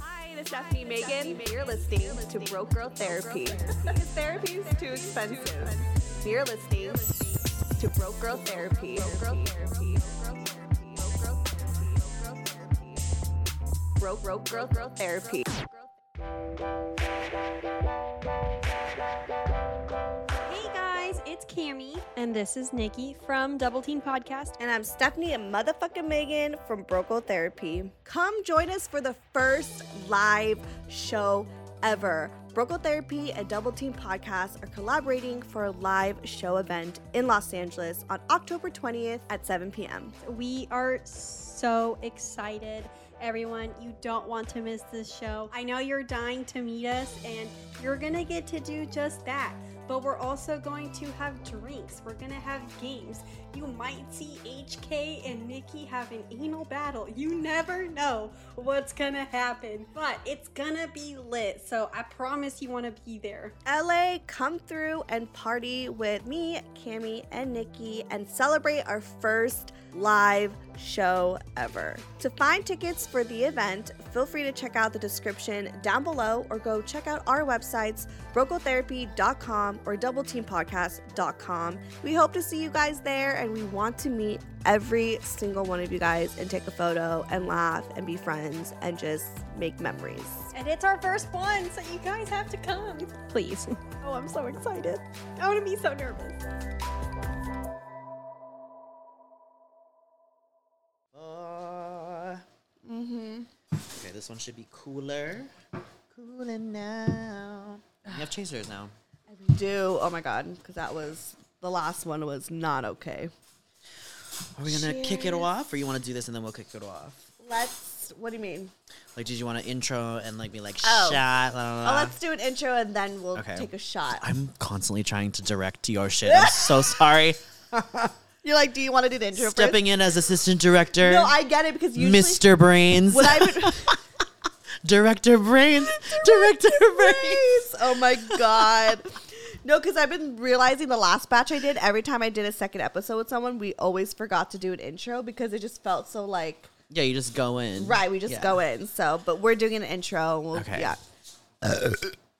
Hi, this is Stephanie Megan. You're listening to Broke Girl Therapy. Therapy is too expensive. You're listening to Broke Girl Therapy. Broke Broke Girl Girl Therapy. Hey guys, it's Cami and this is Nikki from Double Teen Podcast. And I'm Stephanie and motherfucking Megan from Broco Therapy. Come join us for the first live show ever. Brocal Therapy and Double Team Podcast are collaborating for a live show event in Los Angeles on October 20th at 7 p.m. We are so excited. Everyone, you don't want to miss this show. I know you're dying to meet us and you're going to get to do just that. But we're also going to have drinks. We're going to have games. You might see HK and Nikki have an anal battle. You never know what's going to happen, but it's going to be lit. So I promise you want to be there. LA, come through and party with me, Cami, and Nikki and celebrate our first live show ever. To find tickets for the event, feel free to check out the description down below or go check out our websites, brocotherapy.com or doubleteampodcast.com. We hope to see you guys there and we want to meet every single one of you guys and take a photo and laugh and be friends and just make memories. And it's our first one, so you guys have to come. Please. Oh, I'm so excited. I want to be so nervous. Mm-hmm. Okay, this one should be cooler. Cooler now. You have chasers now. Do oh my god, because that was the last one was not okay. Are we gonna kick it off, or you want to do this and then we'll kick it off? Let's. What do you mean? Like, did you want to intro and like be like Oh. shot? La, la, la. Oh, let's do an intro and then we'll Uh, Okay. take a shot. I'm constantly trying to direct your shit. I'm so sorry. You're like, do you want to do the intro Stepping in as assistant director, first? No, I get it because usually Mr. Brains, when I would director Brains, director Brains. Yes. Oh my god. No, because I've been realizing the last batch I did, every time I did a second episode with someone, we always forgot to do an intro because it just felt so like Yeah, you just go in. right, we just Yeah. go in. So but we're doing an intro and we'll Okay. yeah.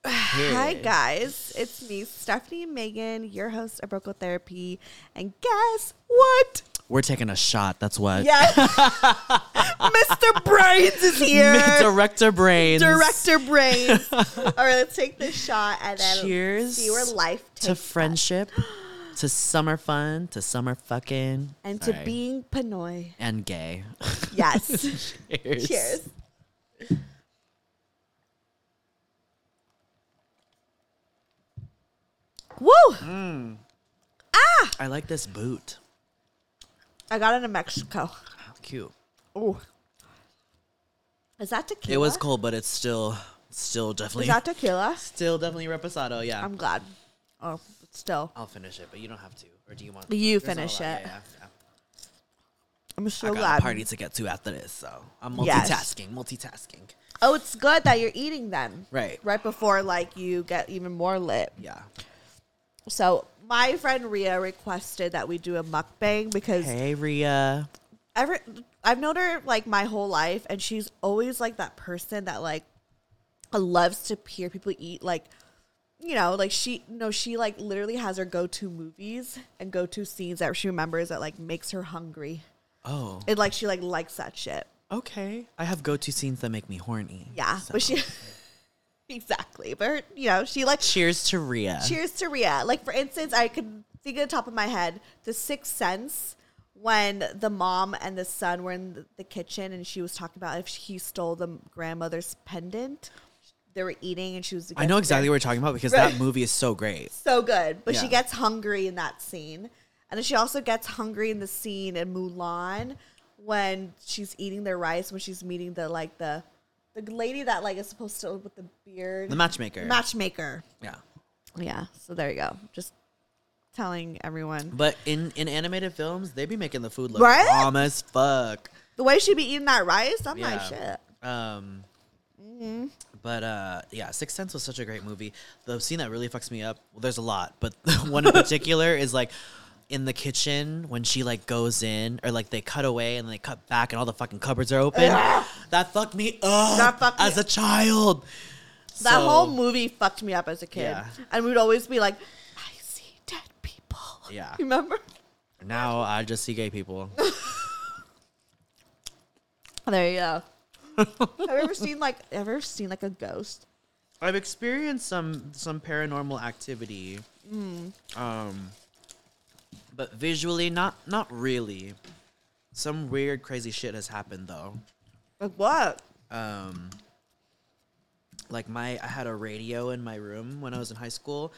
Hi guys, it's me, Stephanie and Megan, your host of Brocal Therapy. And guess what? We're taking a shot. That's what. Yes. Mr. Brains is here. director Brains. Director Brains. All right, let's take this shot and then Cheers see where life takes to us. friendship, to summer fun, to summer fucking, and to Sorry. being Panoy. and gay. Yes. Cheers. Cheers. Woo! I like this boot. I got it in Mexico. How cute. Ooh. Is that tequila? It was cold, but it's still, still definitely, Is that tequila? still definitely reposado. Yeah. I'm glad. Oh, but still. will finish it, but you don't have to. Or do you want? You There's not a finish lot. Yeah, it. yeah, yeah. I'm so I got glad. a party to get to after this, so I'm Yes. multitasking. Multitasking. Oh, it's good that you're eating then. Right. Right before like you get even more lit. Yeah. So my friend Ria requested that we do a mukbang because Hey Ria. ever I've known her like my whole life, and she's always like that person that like loves to hear people eat. Like, you know, like she no, she like literally has her go to movies and go to scenes that she remembers that like makes her hungry. Oh. And like she like likes that shit. Okay. I have go-to scenes that make me horny. Yeah, so- but she exactly. But her, you know, she like Cheers to Ria. Cheers to Rhea. Like for instance, I could think of the top of my head the Sixth Sense when the mom and the son were in the, the kitchen and she was talking about if he stole the grandmother's pendant. They were eating and she was. I know exactly what you're talking about because Right. that movie is so great. So good, but she Yeah. gets hungry in that scene, and then she also gets hungry in the scene in Mulan when she's eating their rice when she's meeting the like the the lady that like is supposed to with the beard The matchmaker. matchmaker. yeah. Yeah. So there you go. Just telling everyone. But in in animated films, they be making the food look Right? bomb as fuck. The way she be eating that rice, I'm like, Yeah. shit. Um, Mm-hmm. But uh, yeah, Sixth Sense was such a great movie. The scene that really fucks me up. Well, there's a lot, but one in particular is like in the kitchen when she like goes in or like they cut away and then they cut back and all the fucking cupboards are open. that fucked me up Ah! That fucked me- as a child. That So- whole movie fucked me up as a kid. Yeah. And we'd always be like, I see dead people. Yeah. Remember? Now I just see gay people. There you go. have you ever seen like have you ever seen like a ghost? I've experienced some some paranormal activity. Hmm. Um but visually not not really. Some weird crazy shit has happened though. Like what? Um like my I had a radio in my room when I was in high school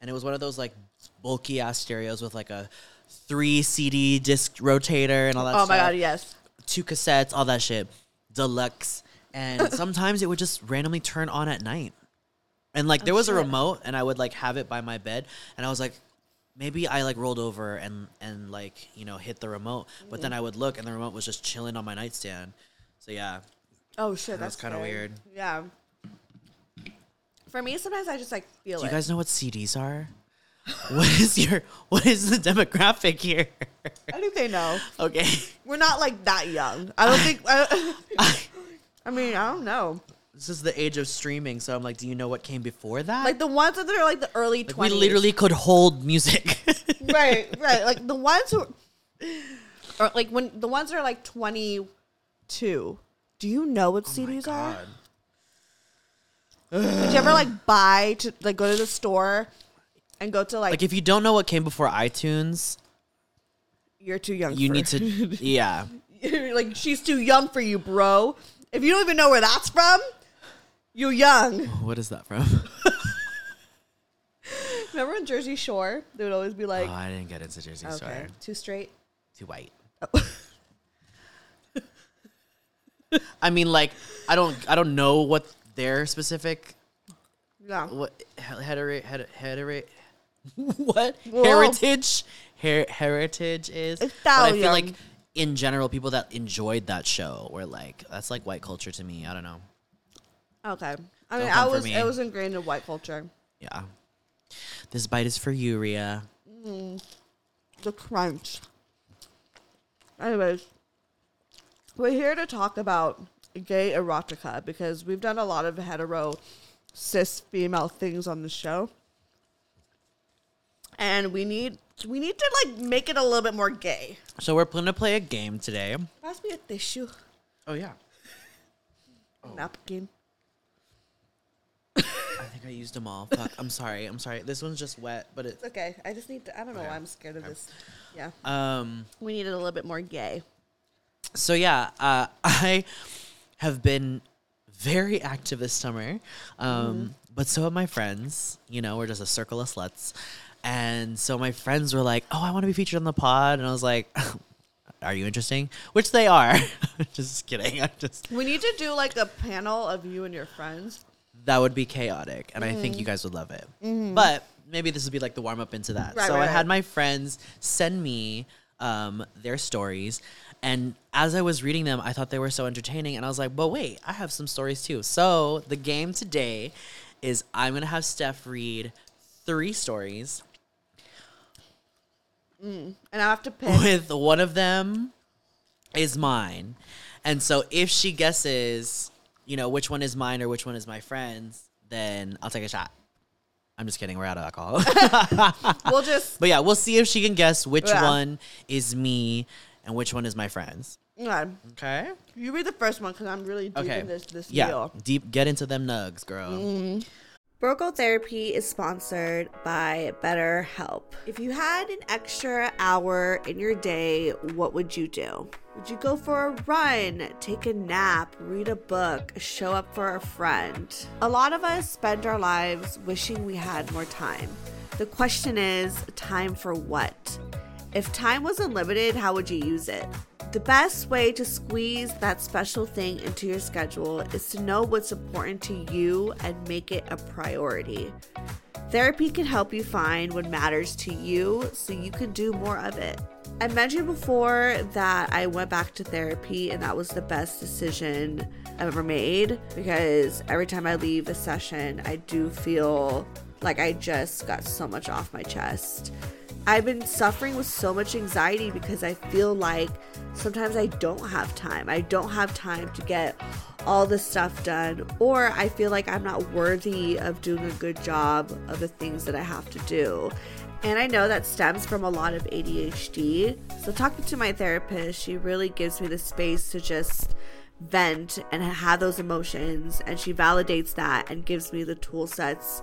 and it was one of those like bulky ass stereos with like a 3 CD disc rotator and all that oh stuff my god, yes. two cassettes, all that shit, deluxe. And sometimes it would just randomly turn on at night. And Oh, like there was a remote, and I would like have it by my bed, and I was like, maybe I like rolled over and and like you know hit the remote, but then I would look, and the remote was just chilling on my nightstand. So yeah, Oh shit, that's, That's kinda scary. weird. Yeah. For me, sometimes I just like feel do you it. guys know what CDs are? What is your what is the demographic here? I think they know. Okay, We're not like that young. I don't think. I, I mean, I don't know. this is the age of streaming, so I'm like, do you know what came before that? Like the ones that are like the early we twenties. literally could hold music. right, right. Like the ones who, or like when the ones that are like twenty two. Do you know Oh what CDs are? Did you ever like buy to like go to the store and go to like, Like if you don't know what came before iTunes, you're too young. you for- need to yeah. You're like she's too young for you, bro. If you don't even know where that's from, you're young. What is that from? Remember on Jersey Shore, they would always be like, oh, I didn't get into Jersey okay, Shore. too straight. Too white. Oh. I mean like I don't I don't know what their specific Yeah. what hetero hetero, hetero what Whoa. heritage her, heritage is. But I feel like Italian. in general people that enjoyed that show were like that's like white culture to me. I don't know. Okay. I mean, I Don't come for was me. I was ingrained in white culture. Yeah. This bite is for you, Rhea. The crunch. Anyways, we're here to talk about gay erotica because we've done a lot of hetero, cis female things on the show, and we need we need to like make it a little bit more gay. So we're going to play a game today. Pass me a tissue, Oh yeah. napkin. I think I used them all. Fuck. I'm sorry. I'm sorry. This one's just wet, but it. It's okay. I just need to. I don't know why I'm scared of this. Yeah, Um. we need it a little bit more gay. So yeah, uh, I have been very active this summer, um, but so have my friends. You know, we're just a circle of sluts, and so my friends were like, "Oh, I want to be featured on the pod," and I was like. Are you interesting? Which they are. just kidding. I just We need to do like a panel of you and your friends. that would be chaotic and i Mm-hmm. think you guys would love it but maybe this would be like the warm-up into that Right, so right, i right. had my friends send me um, their stories and as i was reading them i thought they were so entertaining and i was like but wait i have some stories too so the game today is i'm gonna have steph read three stories And I have to pick. with one of them is mine. And so if she guesses, you know, which one is mine or which one is my friend's, then I'll take a shot. I'm just kidding. We're out of alcohol. We'll just but yeah, we'll see if she can guess which Yeah. one is me and which one is my friend's. yeah. Okay. You read the first one because I'm really deep Okay. in this this yeah. deal. Mm. Deep. Get into them nugs, girl. Brocal Therapy is sponsored by BetterHelp. If you had an extra hour in your day, what would you do? Would you go for a run, take a nap, read a book, show up for a friend? A lot of us spend our lives wishing we had more time. The question is time for what? If time was unlimited, how would you use it? The best way to squeeze that special thing into your schedule is to know what's important to you and make it a priority. Therapy can help you find what matters to you so you can do more of it. I mentioned before that I went back to therapy and that was the best decision I've ever made because every time I leave a session, I do feel like I just got so much off my chest. I've been suffering with so much anxiety because I feel like sometimes I don't have time. I don't have time to get all the stuff done, or I feel like I'm not worthy of doing a good job of the things that I have to do. And I know that stems from a lot of ADHD. So, talking to my therapist, she really gives me the space to just vent and have those emotions. And she validates that and gives me the tool sets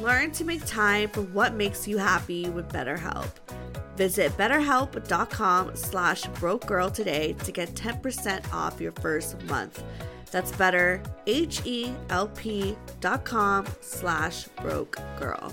Learn to make time for what makes you happy with BetterHelp. Visit betterhelp.com slash broke girl today to get 10% off your first month. That's better, H-E-L-P dot com slash broke girl.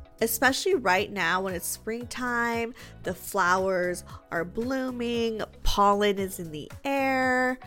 especially right now when it's springtime, the flowers are blooming, pollen is in the air.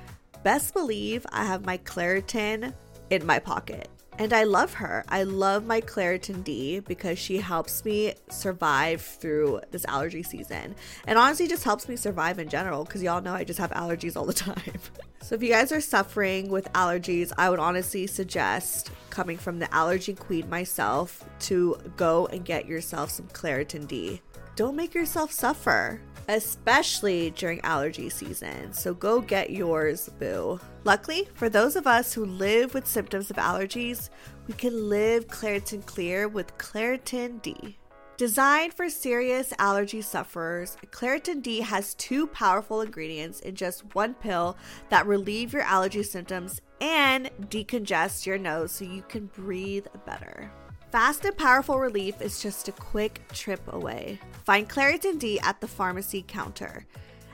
Best believe I have my Claritin in my pocket. And I love her. I love my Claritin D because she helps me survive through this allergy season. And honestly, just helps me survive in general because y'all know I just have allergies all the time. so, if you guys are suffering with allergies, I would honestly suggest coming from the allergy queen myself to go and get yourself some Claritin D. Don't make yourself suffer especially during allergy season. So go get yours, boo. Luckily, for those of us who live with symptoms of allergies, we can live Claritin Clear with Claritin D. Designed for serious allergy sufferers, Claritin D has two powerful ingredients in just one pill that relieve your allergy symptoms and decongest your nose so you can breathe better. Fast and powerful relief is just a quick trip away. Find Claritin D at the pharmacy counter.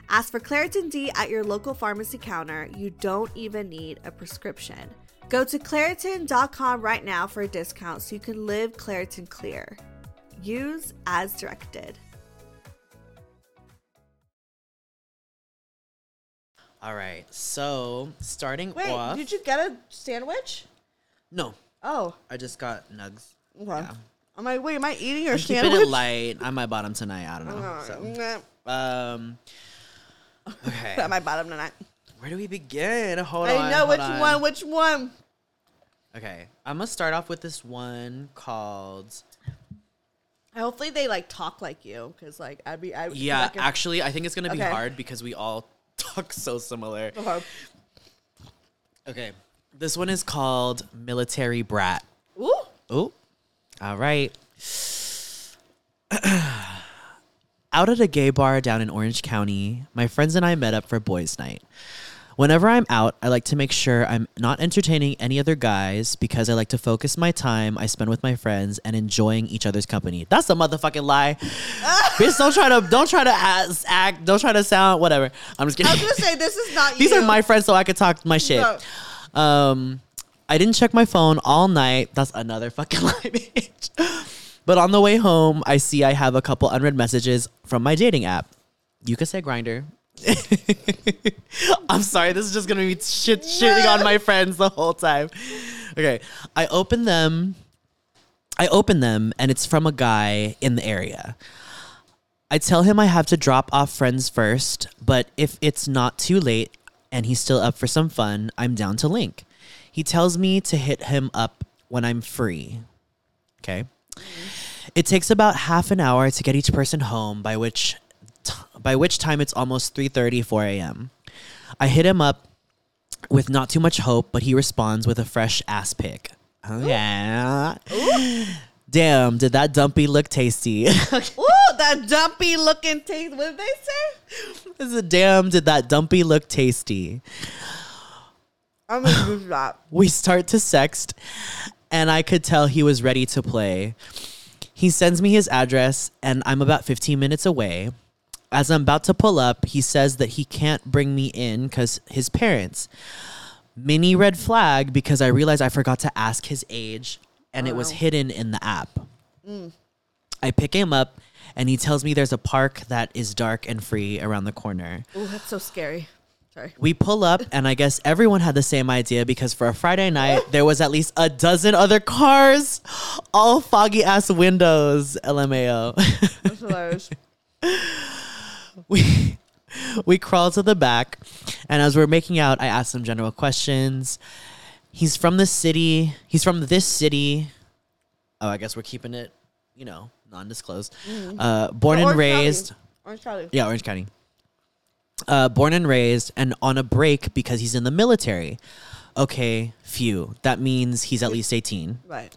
Ask for Claritin D at your local pharmacy counter. You don't even need a prescription. Go to Claritin.com right now for a discount so you can live Claritin clear. Use as directed. All right. So starting Wait, off. did you get a sandwich? no, Oh, I just got nugs. okay. Yeah. I'm like, wait, am I eating your I'm keeping sandwich? it light. I might bottom tonight. I don't know. So, Oh, Nah, um, okay. Put at my bottom tonight. Where do we begin? Hold on. I know hold which on. one. Which one? Okay, I'm gonna start off with this one called. Hopefully they like talk like you, because like I'd be. I, Yeah, like, if- actually, I think it's gonna be Okay. hard because we all talk so similar. Okay. Okay, this one is called Military Brat. Ooh, Oh, all right. Out at a gay bar down in Orange County, my friends and I met up for boys' night. Whenever I'm out, I like to make sure I'm not entertaining any other guys because I like to focus my time I spend with my friends and enjoying each other's company. That's a motherfucking lie. Bitch, don't try to don't try to act, act don't try to sound whatever. I'm just kidding. I was gonna say this is not. These you. are my friends, so I could talk my shit. Um, I didn't check my phone all night. That's another fucking lie, bitch. But on the way home, I see I have a couple unread messages from my dating app. You could say grinder. I'm sorry, this is just gonna be shit shitting on my friends the whole time. Okay. I open them. I open them and it's from a guy in the area. I tell him I have to drop off friends first, but if it's not too late and he's still up for some fun, I'm down to link. He tells me to hit him up when I'm free. Okay. It takes about half an hour to get each person home, by which t- by which time it's almost 3:30, 4 a.m. I hit him up with not too much hope, but he responds with a fresh ass pick. Oh, yeah. Damn, did that dumpy look tasty? Ooh, that dumpy looking taste. What did they say? This is a damn, did that dumpy look tasty? I'm gonna do that. We start to sext, and I could tell he was ready to play. He sends me his address, and I'm about 15 minutes away. As I'm about to pull up, he says that he can't bring me in because his parents. Mini red flag because I realized I forgot to ask his age, and it was hidden in the app. I pick him up, and he tells me there's a park that is dark and free around the corner. Ooh, that's so scary. Sorry. We pull up, and I guess everyone had the same idea because for a Friday night, there was at least a dozen other cars, all foggy ass windows. LMAO. That's hilarious. we we crawl to the back, and as we're making out, I ask some general questions. He's from the city. He's from this city. Oh, I guess we're keeping it, you know, non-disclosed. Uh, born and Orange County. raised. Orange County. Yeah, Orange County. Uh, born and raised, and on a break because he's in the military. Okay, phew. That means he's at least 18. Right.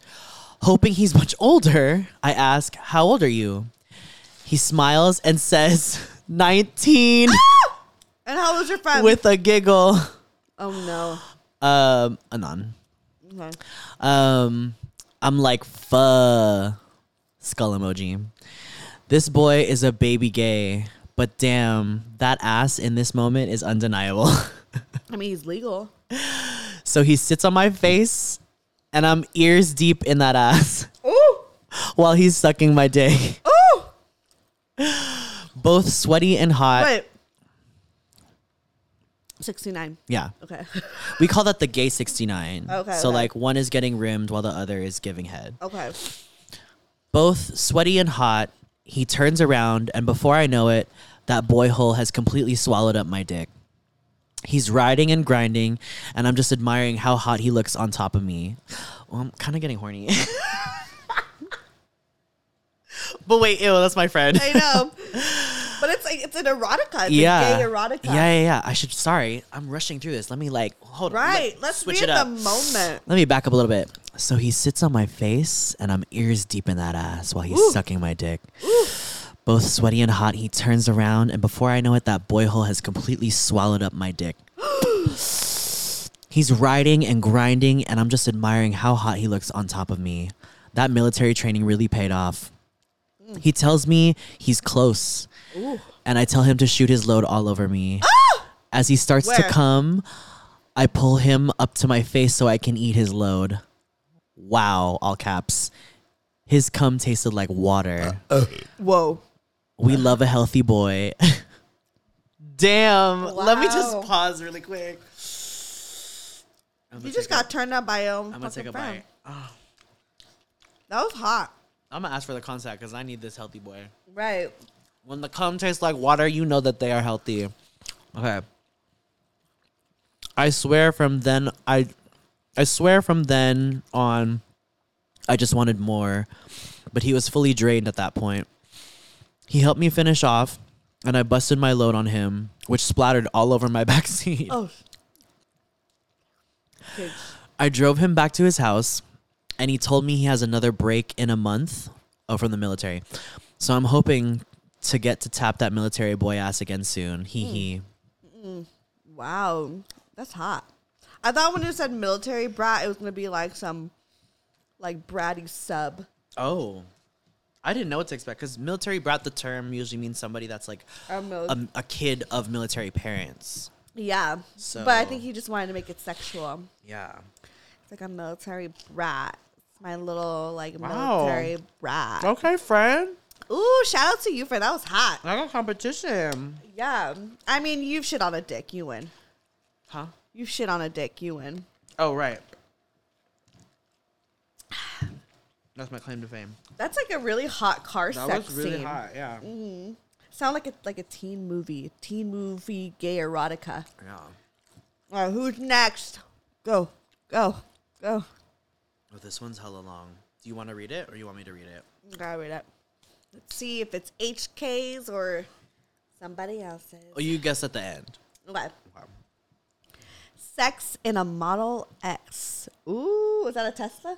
Hoping he's much older, I ask, How old are you? He smiles and says, 19 And how was your friend? with a giggle. oh no. Um, anon. Okay. Um, I'm like, fuh. Skull emoji. This boy is a baby gay, but damn, that ass in this moment is undeniable. I mean, he's legal. so he sits on my face, and I'm ears deep in that ass Ooh, while he's sucking my dick. ooh. Both sweaty and hot. Wait. Sixty-nine. Yeah. Okay. We call that the gay 69. Okay, So, okay. like, one is getting rimmed while the other is giving head. Okay. both sweaty and hot. He turns around, and before I know it, that boy hole has completely swallowed up my dick. He's riding and grinding, and I'm just admiring how hot he looks on top of me. Well, I'm kind of getting horny. but wait, ew, that's my friend. I know. But it's like it's an erotica. It's yeah. a gay erotica. Yeah, yeah, yeah. I should. Sorry, I'm rushing through this. Let me like hold on. Right. Let's switch be it in up. the moment. Let me back up a little bit. So he sits on my face, and I'm ears deep in that ass while he's sucking my dick. Both sweaty and hot, he turns around, and before I know it, that boy hole has completely swallowed up my dick. he's riding and grinding, and I'm just admiring how hot he looks on top of me. That military training really paid off. He tells me he's close, and I tell him to shoot his load all over me. As he starts to Where? come, I pull him up to my face so I can eat his load. Wow, all caps. His cum tasted like water. Whoa. we love a healthy boy. Damn. Let me just Wow. pause really quick. I'm You just got turned on by your own. I'm gonna take a bite. That was hot. I'm gonna ask for the contact because I need this healthy boy. Right. When the cum tastes like water, you know that they are healthy. Okay. I swear from then I I swear from then on I just wanted more. But he was fully drained at that point. He helped me finish off and I busted my load on him, which splattered all over my backseat. Oh. I drove him back to his house, and he told me he has another break in a month oh, from the military. So I'm hoping to get to tap that military boy ass again soon. Hee hee. Wow. That's hot. I thought when it said military brat, it was gonna be like some like bratty sub. Oh. I didn't know what to expect because military brat the term usually means somebody that's like Or mil- a, a kid of military parents. yeah. So- But I think he just wanted to make it sexual. Yeah. It's like a military brat. It's my little like Wow. military brat. Okay, friend. Ooh, shout out to you for that was hot. I got competition. Yeah. I mean, you've shit on a dick, you win. Huh? You've shit on a dick, you win. Oh, right. That's my claim to fame. That's like a really hot car sex scene. Yeah. Sound like a like a teen movie, teen movie gay erotica. Yeah. Uh, who's next? Go, go, go. Oh, this one's hella long. Do you want to read it or you want me to read it? Gotta read it. Let's see if it's HK's or somebody else's. Oh, you guess at the end. Okay. Sex in a Model X. Ooh, is that a Tesla?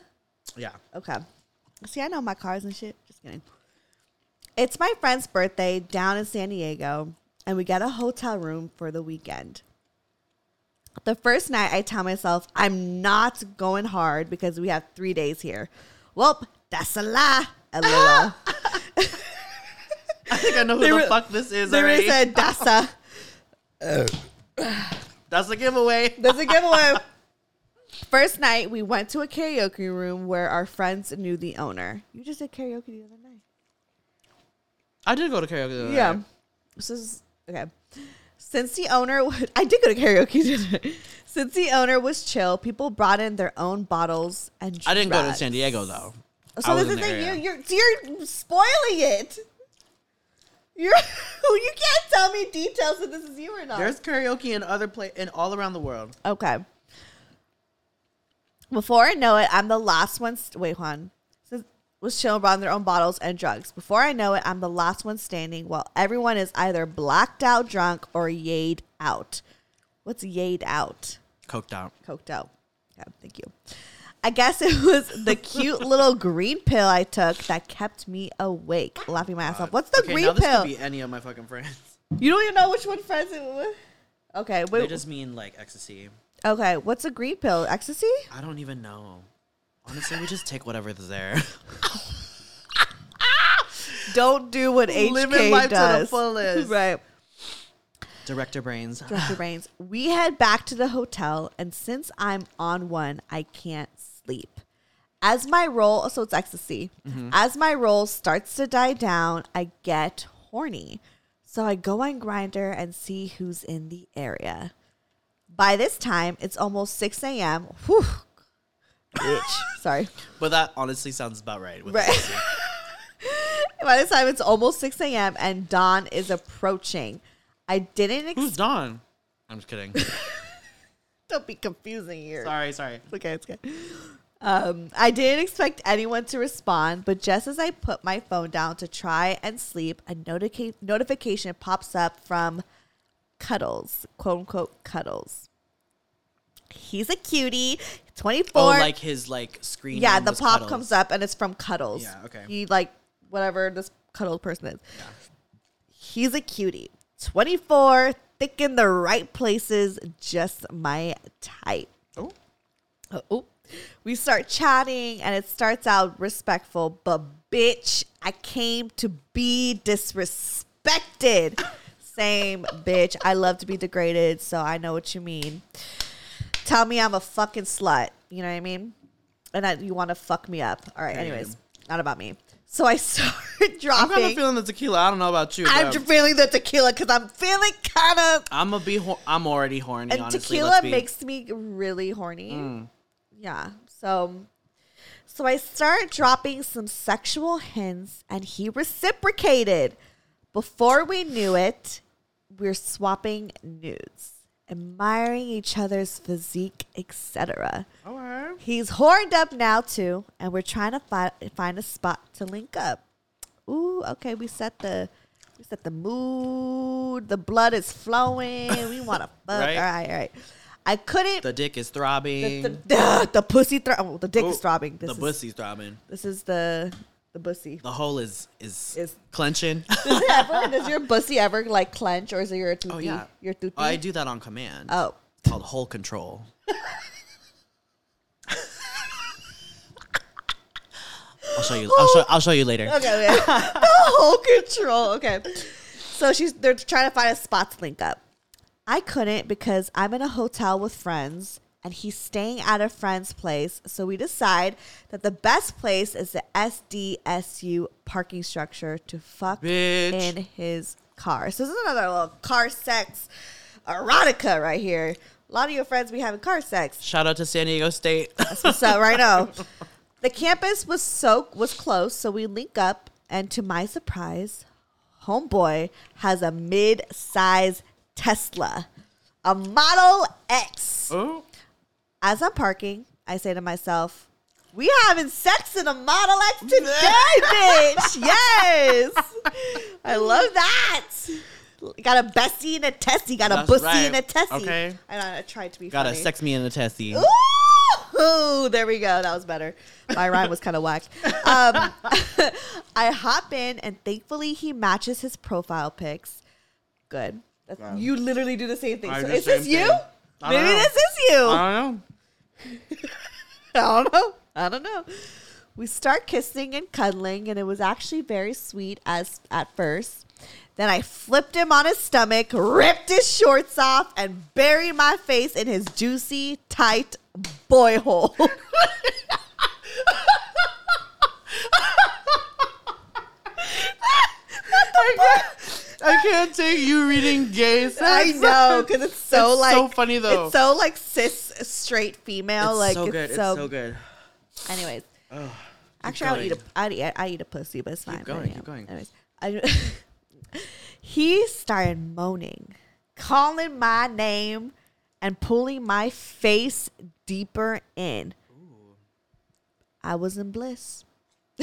Yeah. Okay. See, I know my cars and shit. Just kidding. It's my friend's birthday down in San Diego, and we get a hotel room for the weekend. The first night, I tell myself I'm not going hard because we have three days here. Welp, that's a lie. LOL. I think I know who There the is- fuck this is There already. is a that's a That's a giveaway. That's a giveaway. First night, we went to a karaoke room where our friends knew the owner. You just did karaoke the other night. I did go to karaoke. the other Yeah. night. This is okay. Since the owner, would, I did go to karaoke. didn't I? Since the owner was chill, people brought in their own bottles and. I didn't go to drugs. San Diego though. I So was this in is the the area. you. You're you're spoiling it. You're you can't tell me details if this is you or not. There's karaoke in other pla in all around the world. Okay. Before I know it, I'm the last one. St- Wait, Juan Says- was chilling around their own bottles and drugs. Before I know it, I'm the last one standing while everyone is either blacked out, drunk, or yayed out. What's yayed out? Coked out. Coked out. Yeah, thank you. I guess it was the cute little green pill I took that kept me awake, laughing my ass off. What's the okay, green now this pill? could be any of my fucking friends. you don't even know which one friends it was. Okay, They wait. just mean like ecstasy. okay, what's a green pill? Ecstasy? I don't even know. Honestly, we just take whatever's there. don't do what HK Living life to the does. fullest. Right. Director brains. Dr. Brains. We head back to the hotel, and since I'm on one, I can't sleep. As my role, oh, so it's ecstasy. Mm-hmm. As my role starts to die down, I get horny. So I go on Grinder and see who's in the area. By this time, it's almost 6 a.m. Whew. Bitch. Sorry. But that honestly sounds about right. With Right. By this time, it's almost 6 a.m. and dawn is approaching. I didn't expect. Who's Don? I'm just kidding. Don't be confusing here. sorry, sorry. It's okay. It's okay. Um, I didn't expect anyone to respond, but just as I put my phone down to try and sleep, a notica- notification pops up from Cuddles, quote unquote Cuddles. He's a cutie, 24. oh, like his like screen. yeah, name the was pop Cuddles. comes up and it's from Cuddles. Yeah, okay. He, like, whatever this Cuddle person is. He's a cutie, 24, thick in the right places, just my type. Oh, Uh, oh, we start chatting, and it starts out respectful, but bitch, I came to be disrespected. Same bitch. I love to be degraded, so I know what you mean. Tell me I'm a fucking slut. You know what I mean? And that you want to fuck me up. All right. Anyways, not about me. So I start I'm kind of dropping. feeling the tequila. I don't know about you. I'm but feeling the tequila because I'm feeling kind of I'm gonna be. Hor- I'm already horny. and honestly, tequila let's be. Mm. makes me really horny. Yeah. So so I start dropping some sexual hints and he reciprocated. Before we knew it, we're swapping nudes, admiring each other's physique, etc. Okay. He's horned up now too, and we're trying to fi- find a spot to link up. Ooh, okay, we set the we set the mood. The blood is flowing. We want to fuck. Right. All right, all right. I couldn't. The dick is The, throbbing. the, the, pussy thro- oh, the dick is Ooh, throbbing. This the is, pussy's throbbing. This is the the pussy. The hole is is, Is- clenching. Does, it ever, does your pussy ever like clench, or is it your oh toothy? yeah, your toothy. Oh, I do that on command. Oh, It's called hole control. I'll show you. I'll show. I'll show you later. Okay, yeah. the whole control. Okay. So she's they're trying to find a spot to link up. I couldn't because I'm in a hotel with friends and he's staying at a friend's place. So we decide that the best place is the SDSU parking structure to fuck Bitch. in his car. So this is another little car sex erotica right here. A lot of your friends be having car sex. Shout out to San Diego State. That's what's up right now. The campus was so was close, so we link up, and to my surprise, homeboy has a mid-size Tesla, a Model X. oh, As I'm parking, I say to myself, "We having sex in a Model X today, bitch! Yes, I love that." Got a Bessie and a Tessie. Got a That's Bussy right. and a Tessie. Okay. And I tried to be Gotta funny. sex me in a tessie. Ooh, there we go. That was better. My rhyme was kind of whack. Um, I hop in, and thankfully he matches his profile pics. Good. That's, Wow. You literally do the same thing. I So do is the this same you? thing. I don't Maybe know. this is you. I I don't know. don't know. I don't know. We start kissing and cuddling, and it was actually very sweet as at first. Then I flipped him on his stomach, ripped his shorts off, and buried my face in his juicy, tight boy hole. I can't take you reading gay sex. I know because it's so It's like so funny, though. It's so like cis straight female. It's like so it's good. It's so good. Anyways, actually, I would eat a going. I'd eat, I eat a pussy, but it's fine. but going, yeah. keep going. Anyways, I- he started moaning, calling my name, and pulling my face deeper in. I was in bliss.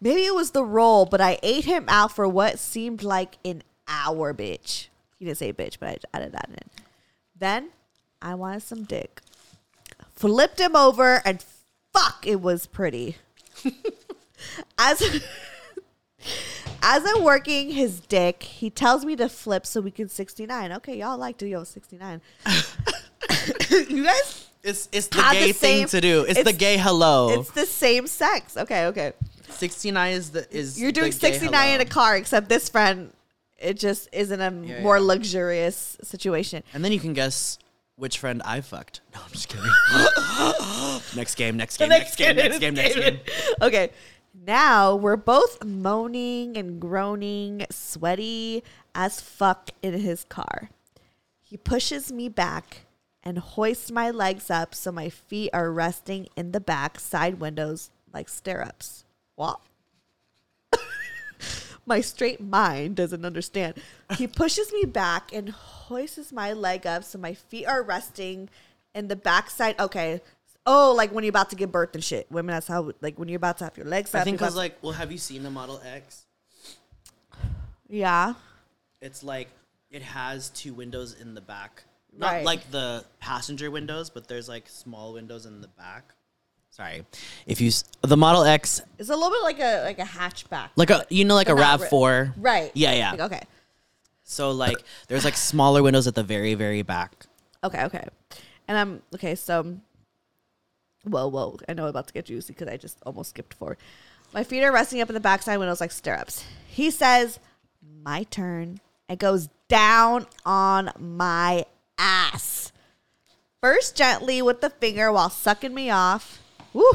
Maybe it was the roll, but I ate him out for what seemed like an hour, bitch. He didn't say bitch, but I added that in. Then I wanted some dick. Flipped him over and fuck, it was pretty. as as I'm working his dick, he tells me to flip so we can 69. Okay, y'all like to go 69. you guys It's it's the Have the gay same- thing to do. It's, the it's- gay hello. It's the same sex. Okay, okay. 69 is the is You're doing the gay 69 in hello. a car, except this friend, it just isn't a Yeah, more yeah. luxurious situation. And then you can guess which friend I fucked. No, I'm just kidding. next game, next game, next game, next game, next game. okay. Now we're both moaning and groaning, sweaty as fuck in his car. He pushes me back and hoists my legs up so my feet are resting in the back side windows like stirrups. What? my straight mind doesn't understand. He pushes me back and hoists my leg up so my feet are resting in the backside. Okay. Oh, like when you're about to give birth and shit. Women, that's how, like when you're about to have your legs up. I think you're because about like, well, have you seen the Model X? to- yeah. It's like it has two windows in the back, not Right. like the passenger windows, but there's like small windows in the back. Sorry, if you s- the Model X, It's a little bit like a like a hatchback. like a you know, like a But not Rav Four, ri- Right. Yeah, yeah. Like, okay. So like, there's like smaller windows at the very, very back. Okay, okay. And I'm okay, so whoa, whoa. I know I'm about to get juicy because I just almost skipped forward. My feet are resting up in the backside windows like stirrups. He says, My turn. It goes down on my ass. First gently with the finger while sucking me off. Woo.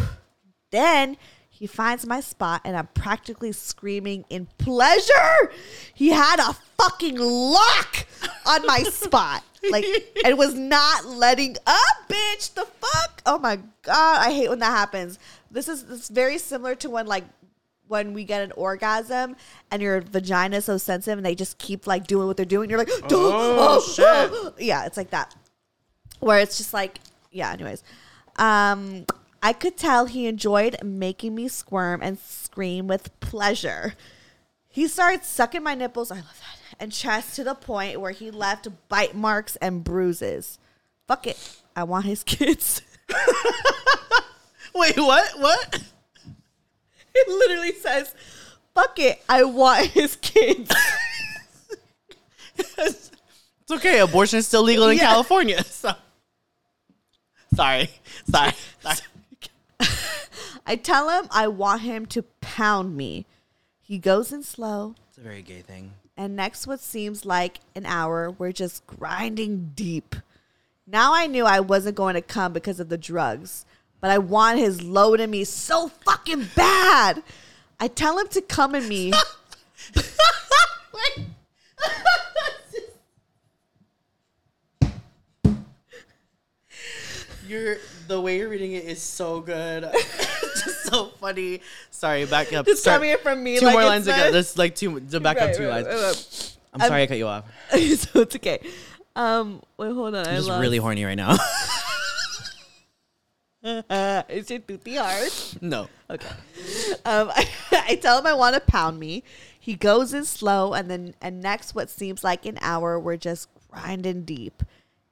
Then he finds my spot and I'm practically screaming in pleasure. He had a fucking lock on my spot. Like and was not letting up, bitch. The fuck? Oh my god, I hate when that happens. This is it's very similar to when like when we get an orgasm and your vagina is so sensitive and they just keep like doing what they're doing. You're like, oh, oh, shit. oh. yeah, it's like that where it's just like yeah anyways um i could tell he enjoyed making me squirm and scream with pleasure he started sucking my nipples i love that and chest to the point where he left bite marks and bruises fuck it i want his kids Wait, what? What? it literally says fuck it i want his kids it's okay. Abortion is still legal in Yeah. California. So. Sorry, sorry, sorry. i tell him i want him to pound me he goes in slow It's a very gay thing. And next, what seems like an hour, we're just grinding deep. Now I knew I wasn't going to come because of the drugs, but I want his load in me so fucking bad. I tell him to come in me. You're the way you're reading it is so good. It's just so funny. Sorry, back up. Just Sorry. coming in from me. Two like more it's lines not- ago. That's like two. To back Right, up two right, lines. right, right. I'm sorry I cut you off. so it's okay. Um, wait, hold on. I I'm just lost- really horny right now. Uh, is it toothy hard? no. Okay. Um, I, tell him I want to pound me. He goes in slow, and then and next, what seems like an hour, we're just grinding deep.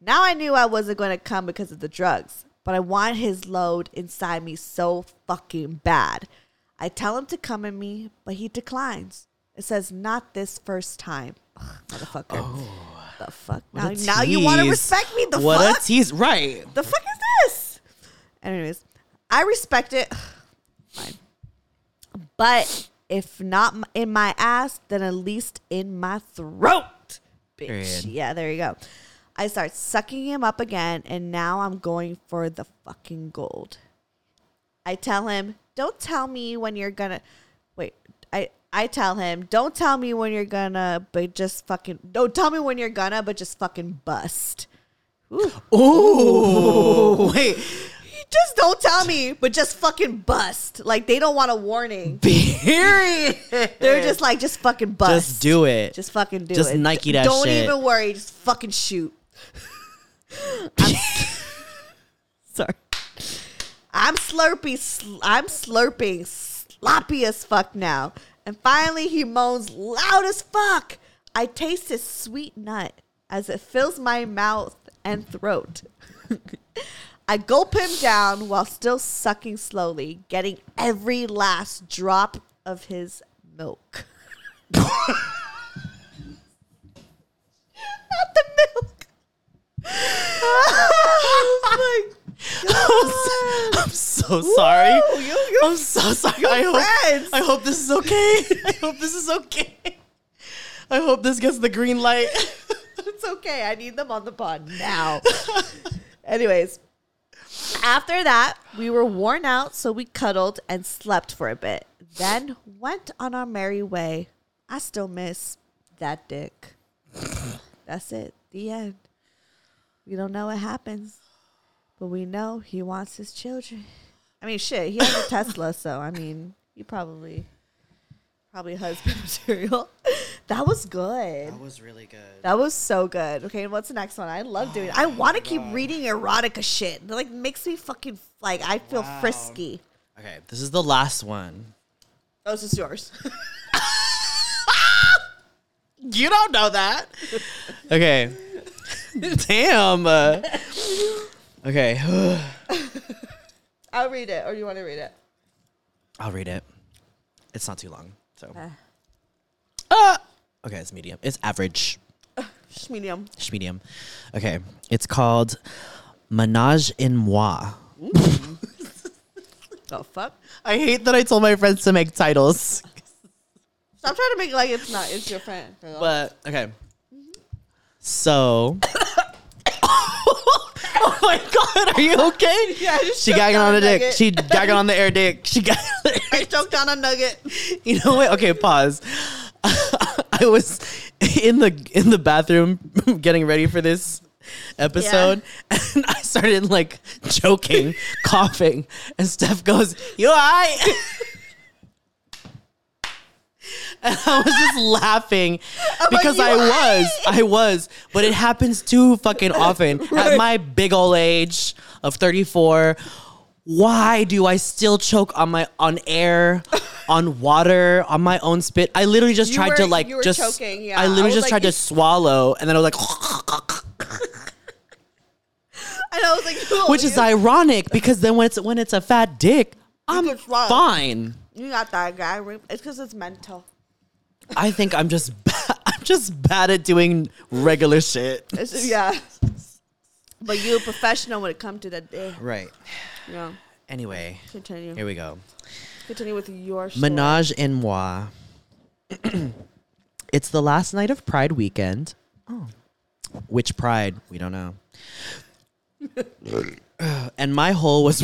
Now I knew I wasn't going to come because of the drugs, but I want his load inside me so fucking bad. I tell him to come at me, but he declines. It says not this first time, Ugh, motherfucker. The fuck? Oh. What Now, a now you want to tease. respect me? The what fuck? a tease, right? the fuck is this? Anyways, I respect it. Fine. But if not m- in my ass, then at least in my throat. Bitch. Period. Yeah, there you go. I start sucking him up again, and now I'm going for the fucking gold. I tell him, don't tell me when you're gonna. Wait, I I tell him, don't tell me when you're gonna, but just fucking. Don't tell me when you're gonna, but just fucking bust. Ooh, wait, just don't tell me, but just fucking bust. Like they don't want a warning. period. They're just like, just fucking bust. Just do it. Just fucking do Just it. Nike that Don't shit. even worry. Just fucking shoot. sorry. I'm slurpy. Sl- I'm slurping. Sloppy as fuck now. And finally, he moans loud as fuck. I taste his sweet nut as it fills my mouth and throat. I gulp him down while still sucking slowly, getting every last drop of his milk. Not the milk. oh my I'm so- I'm so sorry. Woo, you- you- I'm so sorry. I friends. hope, I hope this is okay. I hope this is okay. I hope this gets the green light. It's okay. I need them on the pod now. Anyways, after that, we were worn out, so we cuddled and slept for a bit. Then went on our merry way. I still miss that dick. That's it. The end. We don't know what happens, but we know he wants his children. I mean, shit. He has a Tesla, so I mean, he probably, probably husband material. that was good. was really good. That was so good. Okay, and what's the next one? I love doing. I want to keep reading erotica shit. It like makes me fucking like I feel frisky. Okay, this is the last one. Oh, this is yours. You don't know that. Okay. Damn. uh, okay. I'll read it, or you want to read it? I'll read it. It's not too long. So. Okay. Ah! Uh. Okay, it's medium. It's average. Just medium. It's medium. Okay. It's called Menage in Moi. Oh fuck! I hate that I told my friends to make titles. Stop trying to make it like it's not. It's your friend. girl. But okay. So Oh my god, are you okay? Yeah, I just she choked gagging on on a a dick. nugget. She gagging on the air dick. She gagging on the air I choked on a nugget. You know what? Okay, pause. I was in the in the bathroom getting ready for this episode and I started like joking, coughing, and Steph goes, You alright? and I was just laughing because "You I was, I was, but it happens too fucking often at my big old age of 34. Why do I still choke on my on air, on water, on my own spit? I literally just You tried to were- like you were just choking, yeah. I I literally was just like, tried to "It's- Oh, swallow and then I was like And I was like, who which are is you? ironic because then when it's when it's a fat dick, I'm can swallow. fine. You got that guy. right? It's because it's mental. I think I'm just ba- I'm just bad at doing regular shit. It's, yeah. But you a professional when it comes to that day. Right. Yeah. Anyway, Continue. here we go. Continue with your story. Menage in moi. it's the last night of Pride weekend. Oh. Which Pride? We don't know. and my hole was.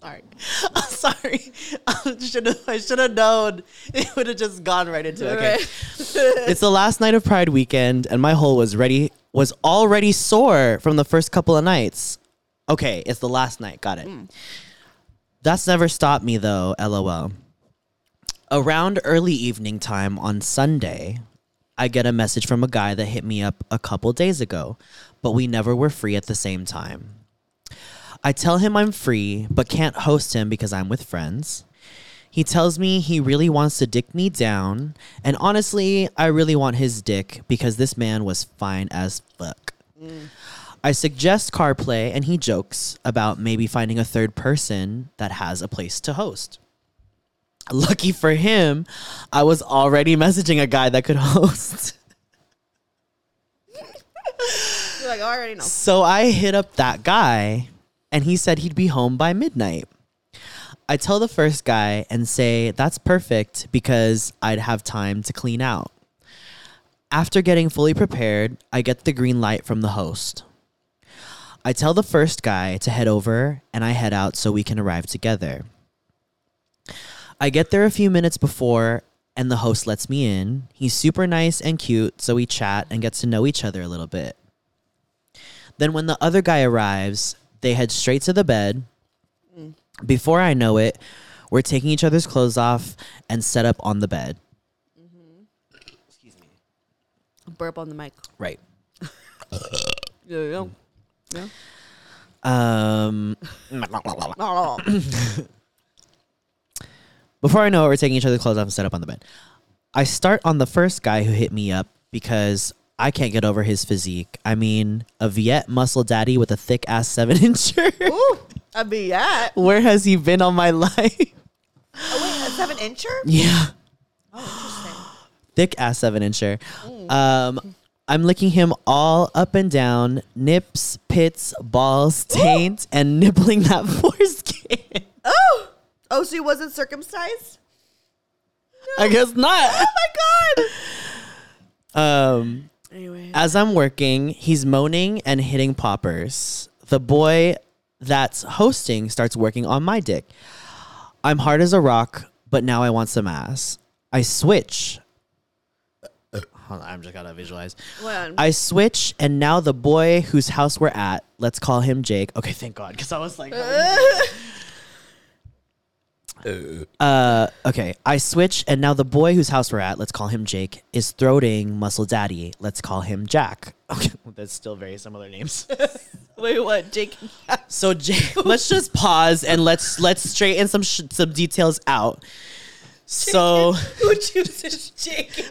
Sorry, I'm sorry. I should have. I should have known. It would have just gone right into it. Okay. it's the last night of Pride weekend, and my hole was ready. Was already sore from the first couple of nights. Okay, it's the last night. Got it. That's never stopped me though. LOL. Around early evening time on Sunday, I get a message from a guy that hit me up a couple days ago, but we never were free at the same time. I tell him I'm free, but can't host him because I'm with friends. He tells me he really wants to dick me down, and honestly, I really want his dick because this man was fine as fuck. I suggest CarPlay, and he jokes about maybe finding a third person that has a place to host. Lucky for him, I was already messaging a guy that could host. You're like, I already know. So I hit up that guy, and he said he'd be home by midnight. I tell the first guy and say that's perfect because I'd have time to clean out. After getting fully prepared, I get the green light from the host. I tell the first guy to head over and I head out so we can arrive together. I get there a few minutes before and the host lets me in. He's super nice and cute, so we chat and get to know each other a little bit. Then when the other guy arrives, they head straight to the bed. Before I know it, we're taking each other's clothes off and set up on the bed. Burp on the mic. Right. Yeah, yeah. Um, Oh, before I know it, we're taking each other's clothes off and set up on the bed. I start on the first guy who hit me up because I can't get over his physique. I mean, a Viet muscle daddy with a thick ass seven incher. Ooh, I'd be that. Where has he been all my life? Oh, wait, a seven incher? Yeah. Oh, thick ass seven incher. Um, I'm licking him all up and down, nips, pits, balls, taint, and nibbling that foreskin. interesting. Oh, so he wasn't circumcised? I guess not. Oh My God. Um, Anyway. as I'm working, he's moaning and hitting poppers. The boy that's hosting starts working on my dick. I'm hard as a rock, but now I want some ass. I switch. Uh, Hold on, I'm just gotta visualize. Well, I switch, and now the boy whose house we're at, let's call him Jake. Okay, thank God, because I was like, uh, okay. I switch, and now the boy whose house we're at, let's call him Jake, is throating Muscle Daddy. Let's call him Jack. Okay, that's still very similar names. wait, what? Jake. So Jake, let's just pause and let's let's straighten some sh- some details out. So Who chooses Jake?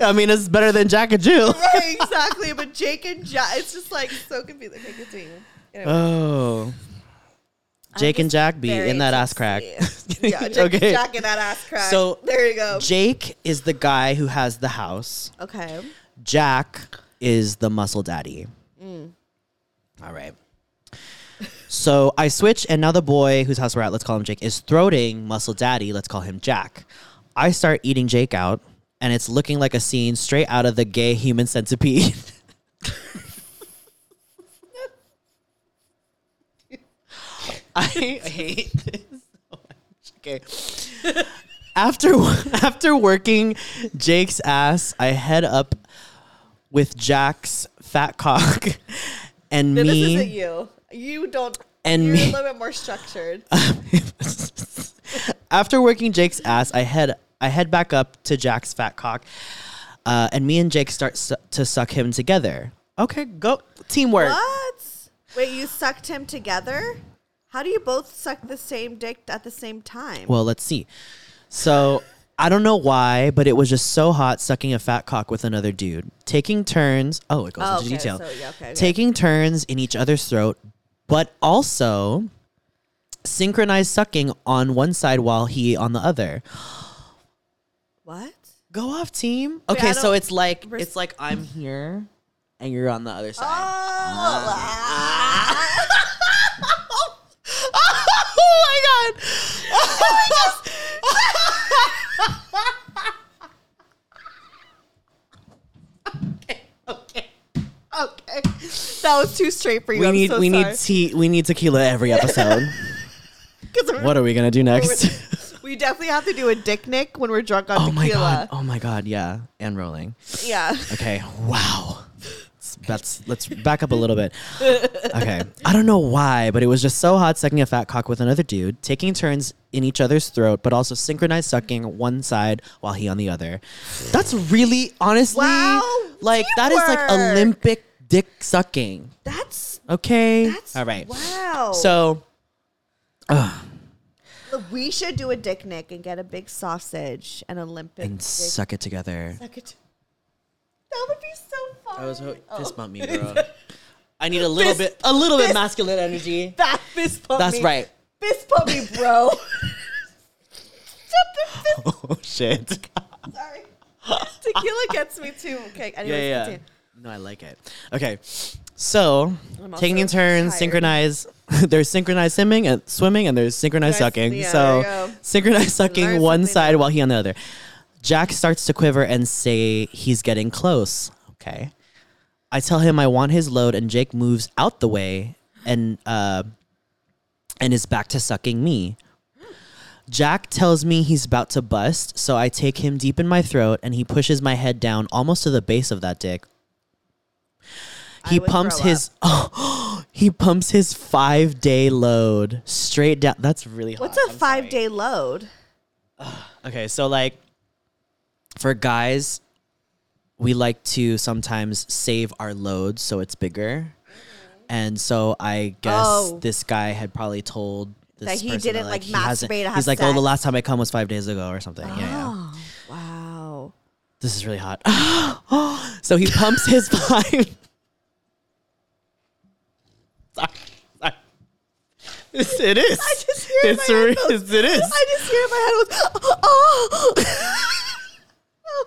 I mean, it's better than Jack and Jill. right, exactly. But Jake and Jack, it's just like so confusing. Okay, continue. Anyway. Oh. Jake and Jack be very in that ass crack. yeah, Jake, okay. Jack and that ass crack. So- there you go. Jake is the guy who has the house. okay. Jack is the muscle daddy. Mm. All right. So I switch, and now the boy whose house we're at, let's call him Jake, is throating muscle daddy, let's call him Jack. I start eating Jake out, and it's looking like a scene straight out of the gay human centipede. I hate this so much. Okay. After after working Jake's ass, I head up with Jack's fat cock and Then me This isn't you. You don't. and you're a me. little bit more structured. After working Jake's ass, I head I head back up to Jack's fat cock, uh, and me and Jake start su- to suck him together. Okay, go teamwork. What? Wait, you sucked him together? How do you both suck the same dick at the same time? Well, let's see. So I don't know why, but it was just so hot sucking a fat cock with another dude, taking turns. Oh, it goes Oh, into okay, detail. so, yeah, okay, okay. Taking turns in each other's throat, but also synchronized sucking on one side while he on the other. what? Go off team. Wait, Okay, I so don't- it's like Res- it's like I'm here and you're on the other side. oh my god. okay. That was too straight for you. we Oh, I'm need so we sorry. need tea we need tequila every episode. 'Cause we're- what are we gonna do next? We definitely have to do a dick nick when we're drunk on oh my god. tequila. Oh my god, yeah. And rolling. Yeah. Okay. Wow. Let's- That's let's back up a little bit. Okay. I don't know why, but it was just so hot sucking a fat cock with another dude, taking turns in each other's throat, but also synchronized sucking one side while he on the other. That's really honestly Wow, like that is like teamwork. Olympic dick sucking. That's Okay. that's All right. Wow. So we should do a dick nick and get a big sausage and a limpet. and suck it together. That could- that would be so fun. Oh. I was ho- fist bump me, bro. I need a little bit, a little bit masculine energy. That fist pump That's me. right. Fist pump me, bro. Oh shit. Sorry. Tequila gets me too. Okay. yeah, Anyways, yeah. Uh, yeah. continue. No, I like it. Okay, so I'm taking also turns, tired. synchronized. there's synchronized swimming and swimming, and there's synchronized Nice. sucking. Yeah, there so you go. synchronized sucking Learn one something side while he on the other. Jack starts to quiver and say he's getting close. Okay, I tell him I want his load, and Jake moves out the way and uh, and is back to sucking me. Jack tells me he's about to bust, so I take him deep in my throat and he pushes my head down almost to the base of that dick. He would pumps throw his he pumps his 5-day load straight down. That's really hot. What's a five day load? Okay, so like for guys, we like to sometimes save our load so it's bigger. And so I guess Mm-hmm. Oh. this guy had probably told this That he person didn't, like, he hasn't- masturbate or have He's like, oh, the sex." last time I come was five days ago or something. Yeah, yeah. Oh, wow. This is really hot. so he pumps his five. Sorry, sorry. It's, it is. I just hear it in it's my re- headphones. It is. I just hear in my head it was, oh. I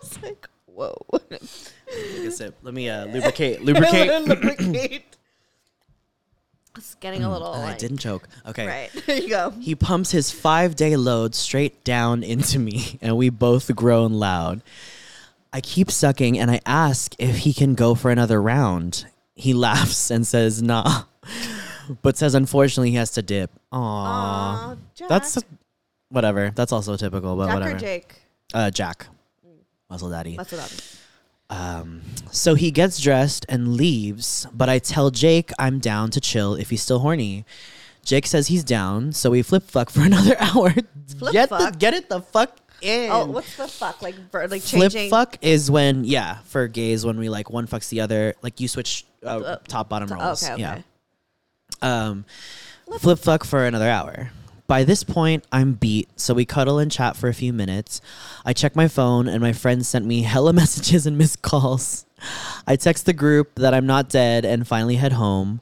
was like, whoa. Take a sip. Let me uh, lubricate. Lubricate. Lubricate. It's getting a little. Mm, Oh, I like, didn't choke. Okay. Right. There you go. He pumps his five day load straight down into me, and we both groan loud. I keep sucking and I ask if he can go for another round. He laughs and says, nah, but says, unfortunately, he has to dip. Aww. Aw, Jack. Oh, That's whatever. That's also typical, but Jack whatever. or Jake. Mm. Uh, Jack. Muscle daddy. That's what I'm. Um, So he gets dressed and leaves, but I tell Jake I'm down to chill if he's still horny. Jake says he's down, so we flip fuck for another hour. Flip get The, fuck? get it the fuck in. Oh, what's the fuck? Like, ver- like flip changing. fuck is when yeah for gays when we like one fucks the other like you switch uh, top bottom roles. okay, okay. Yeah. Um, flip fuck for another hour. By this point, I'm beat, so we cuddle and chat for a few minutes. I check my phone, and my friend sent me hella messages and missed calls. I text the group that I'm not dead and finally head home.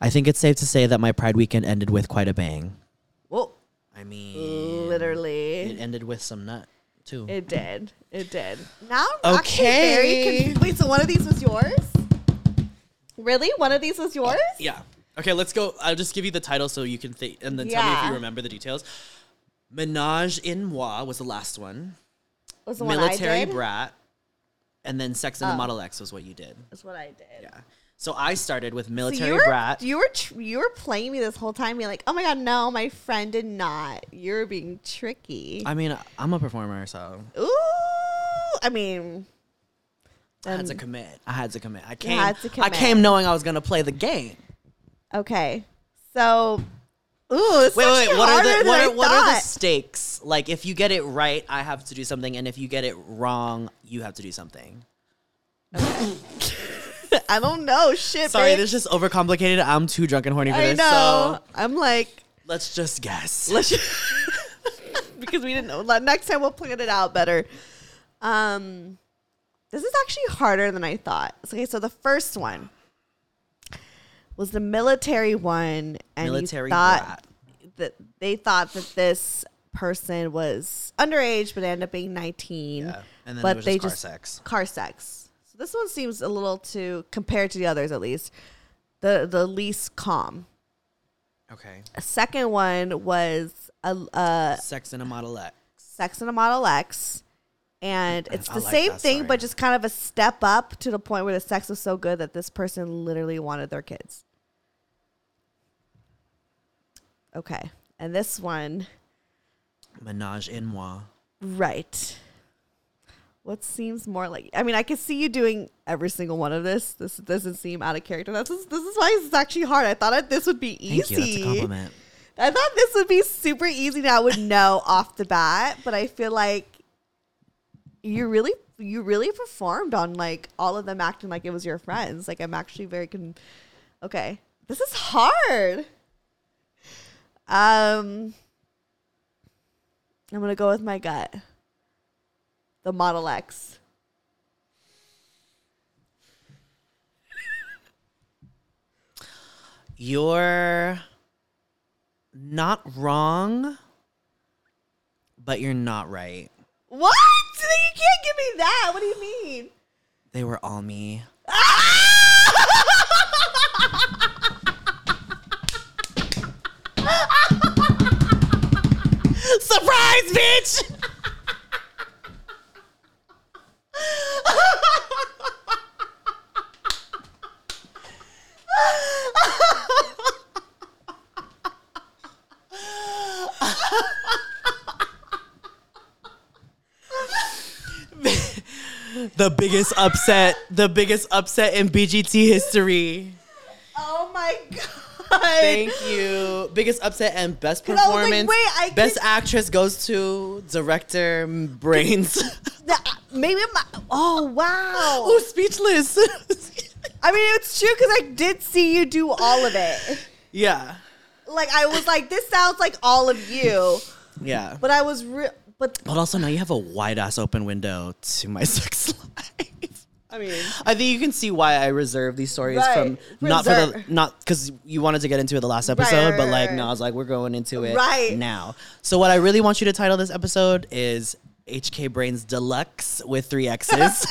I think it's safe to say that my Pride weekend ended with quite a bang. Whoa. I mean, Literally. it ended with some nut, too. It did. It did. Now I'm actually Okay. very confused. Wait, so one of these was yours? Really? One of these was yours? Yeah. Okay, let's go. I'll just give you the title so you can think and then tell me if Yeah. you remember the details. Menage in Moi was the last one. Was the one I Military did? Oh. Brat. And then Sex and the Model X was what you did. Is what I did. Yeah. So I started with So Military you were, Brat. You were tr- you were playing me this whole time. You're like, oh my god, no, my friend did not. You're being tricky. I mean, I'm a performer, so Ooh, I mean, I had to commit. I had to commit. I came. had to I commit. came knowing I was gonna play the game. okay. So, ooh, it's Wait, wait. actually wait what harder are the than what I are, what are the thought. stakes? Like, if you get it right, I have to do something, and if you get it wrong, you have to do something. I don't know. Shit, Sorry, babe. this is just overcomplicated. I'm too drunk and horny for I this. know. So I'm like, let's just guess. let's because we didn't know. Le- Next time we'll plan it out better. Um, this is actually harder than I thought. So, Okay, so the first one was the military one, and you Military thought brat. that they thought that this person was underage, but ended up being nineteen. Yeah, Oh, and then it but was they just car just sex. car sex. So this one seems a little too compared to the others, at least the the least calm. Okay. A second one was a, a Sex and a Model X. Sex and a Model X. And it's I the like same that thing, story. but just kind of a step up to the point where the sex was so good that this person literally wanted their kids. Okay. And this one, Menage in moi. right. What seems more like I mean, I can see you doing every single one of this. This doesn't seem out of character. That's this is why it's actually hard. I thought that this would be easy. Thank you. That's a compliment. I thought this would be super easy and I would know off the bat, but I feel like you really you really performed on like all of them acting like it was your friends. Like I'm actually very con- okay. This is hard. Um I'm going to go with my gut. The Model X. You're not wrong, but you're not right. What? You can't give me that. What do you mean? They were all me. Surprise, bitch! the biggest upset, the biggest upset in BGT history. Oh my god. Thank you. Biggest upset and best 'Cause I was like, performance. wait, I best could- actress goes to director mm, brains. That- Maybe my Oh wow. oh, speechless. I mean, it's true because I did see you do all of it. yeah, Like I was like, this sounds like all of you, yeah. But, but I was real. But also now you have a wide ass open window to my sex life. I mean, I think you can see why I reserved these stories Right. from not for the Reserve. not because you wanted to get into it the last episode, right, but right, like right. no, I was like we're going into it Right. now. So what I really want you to title this episode is HK Brains Deluxe with three X's.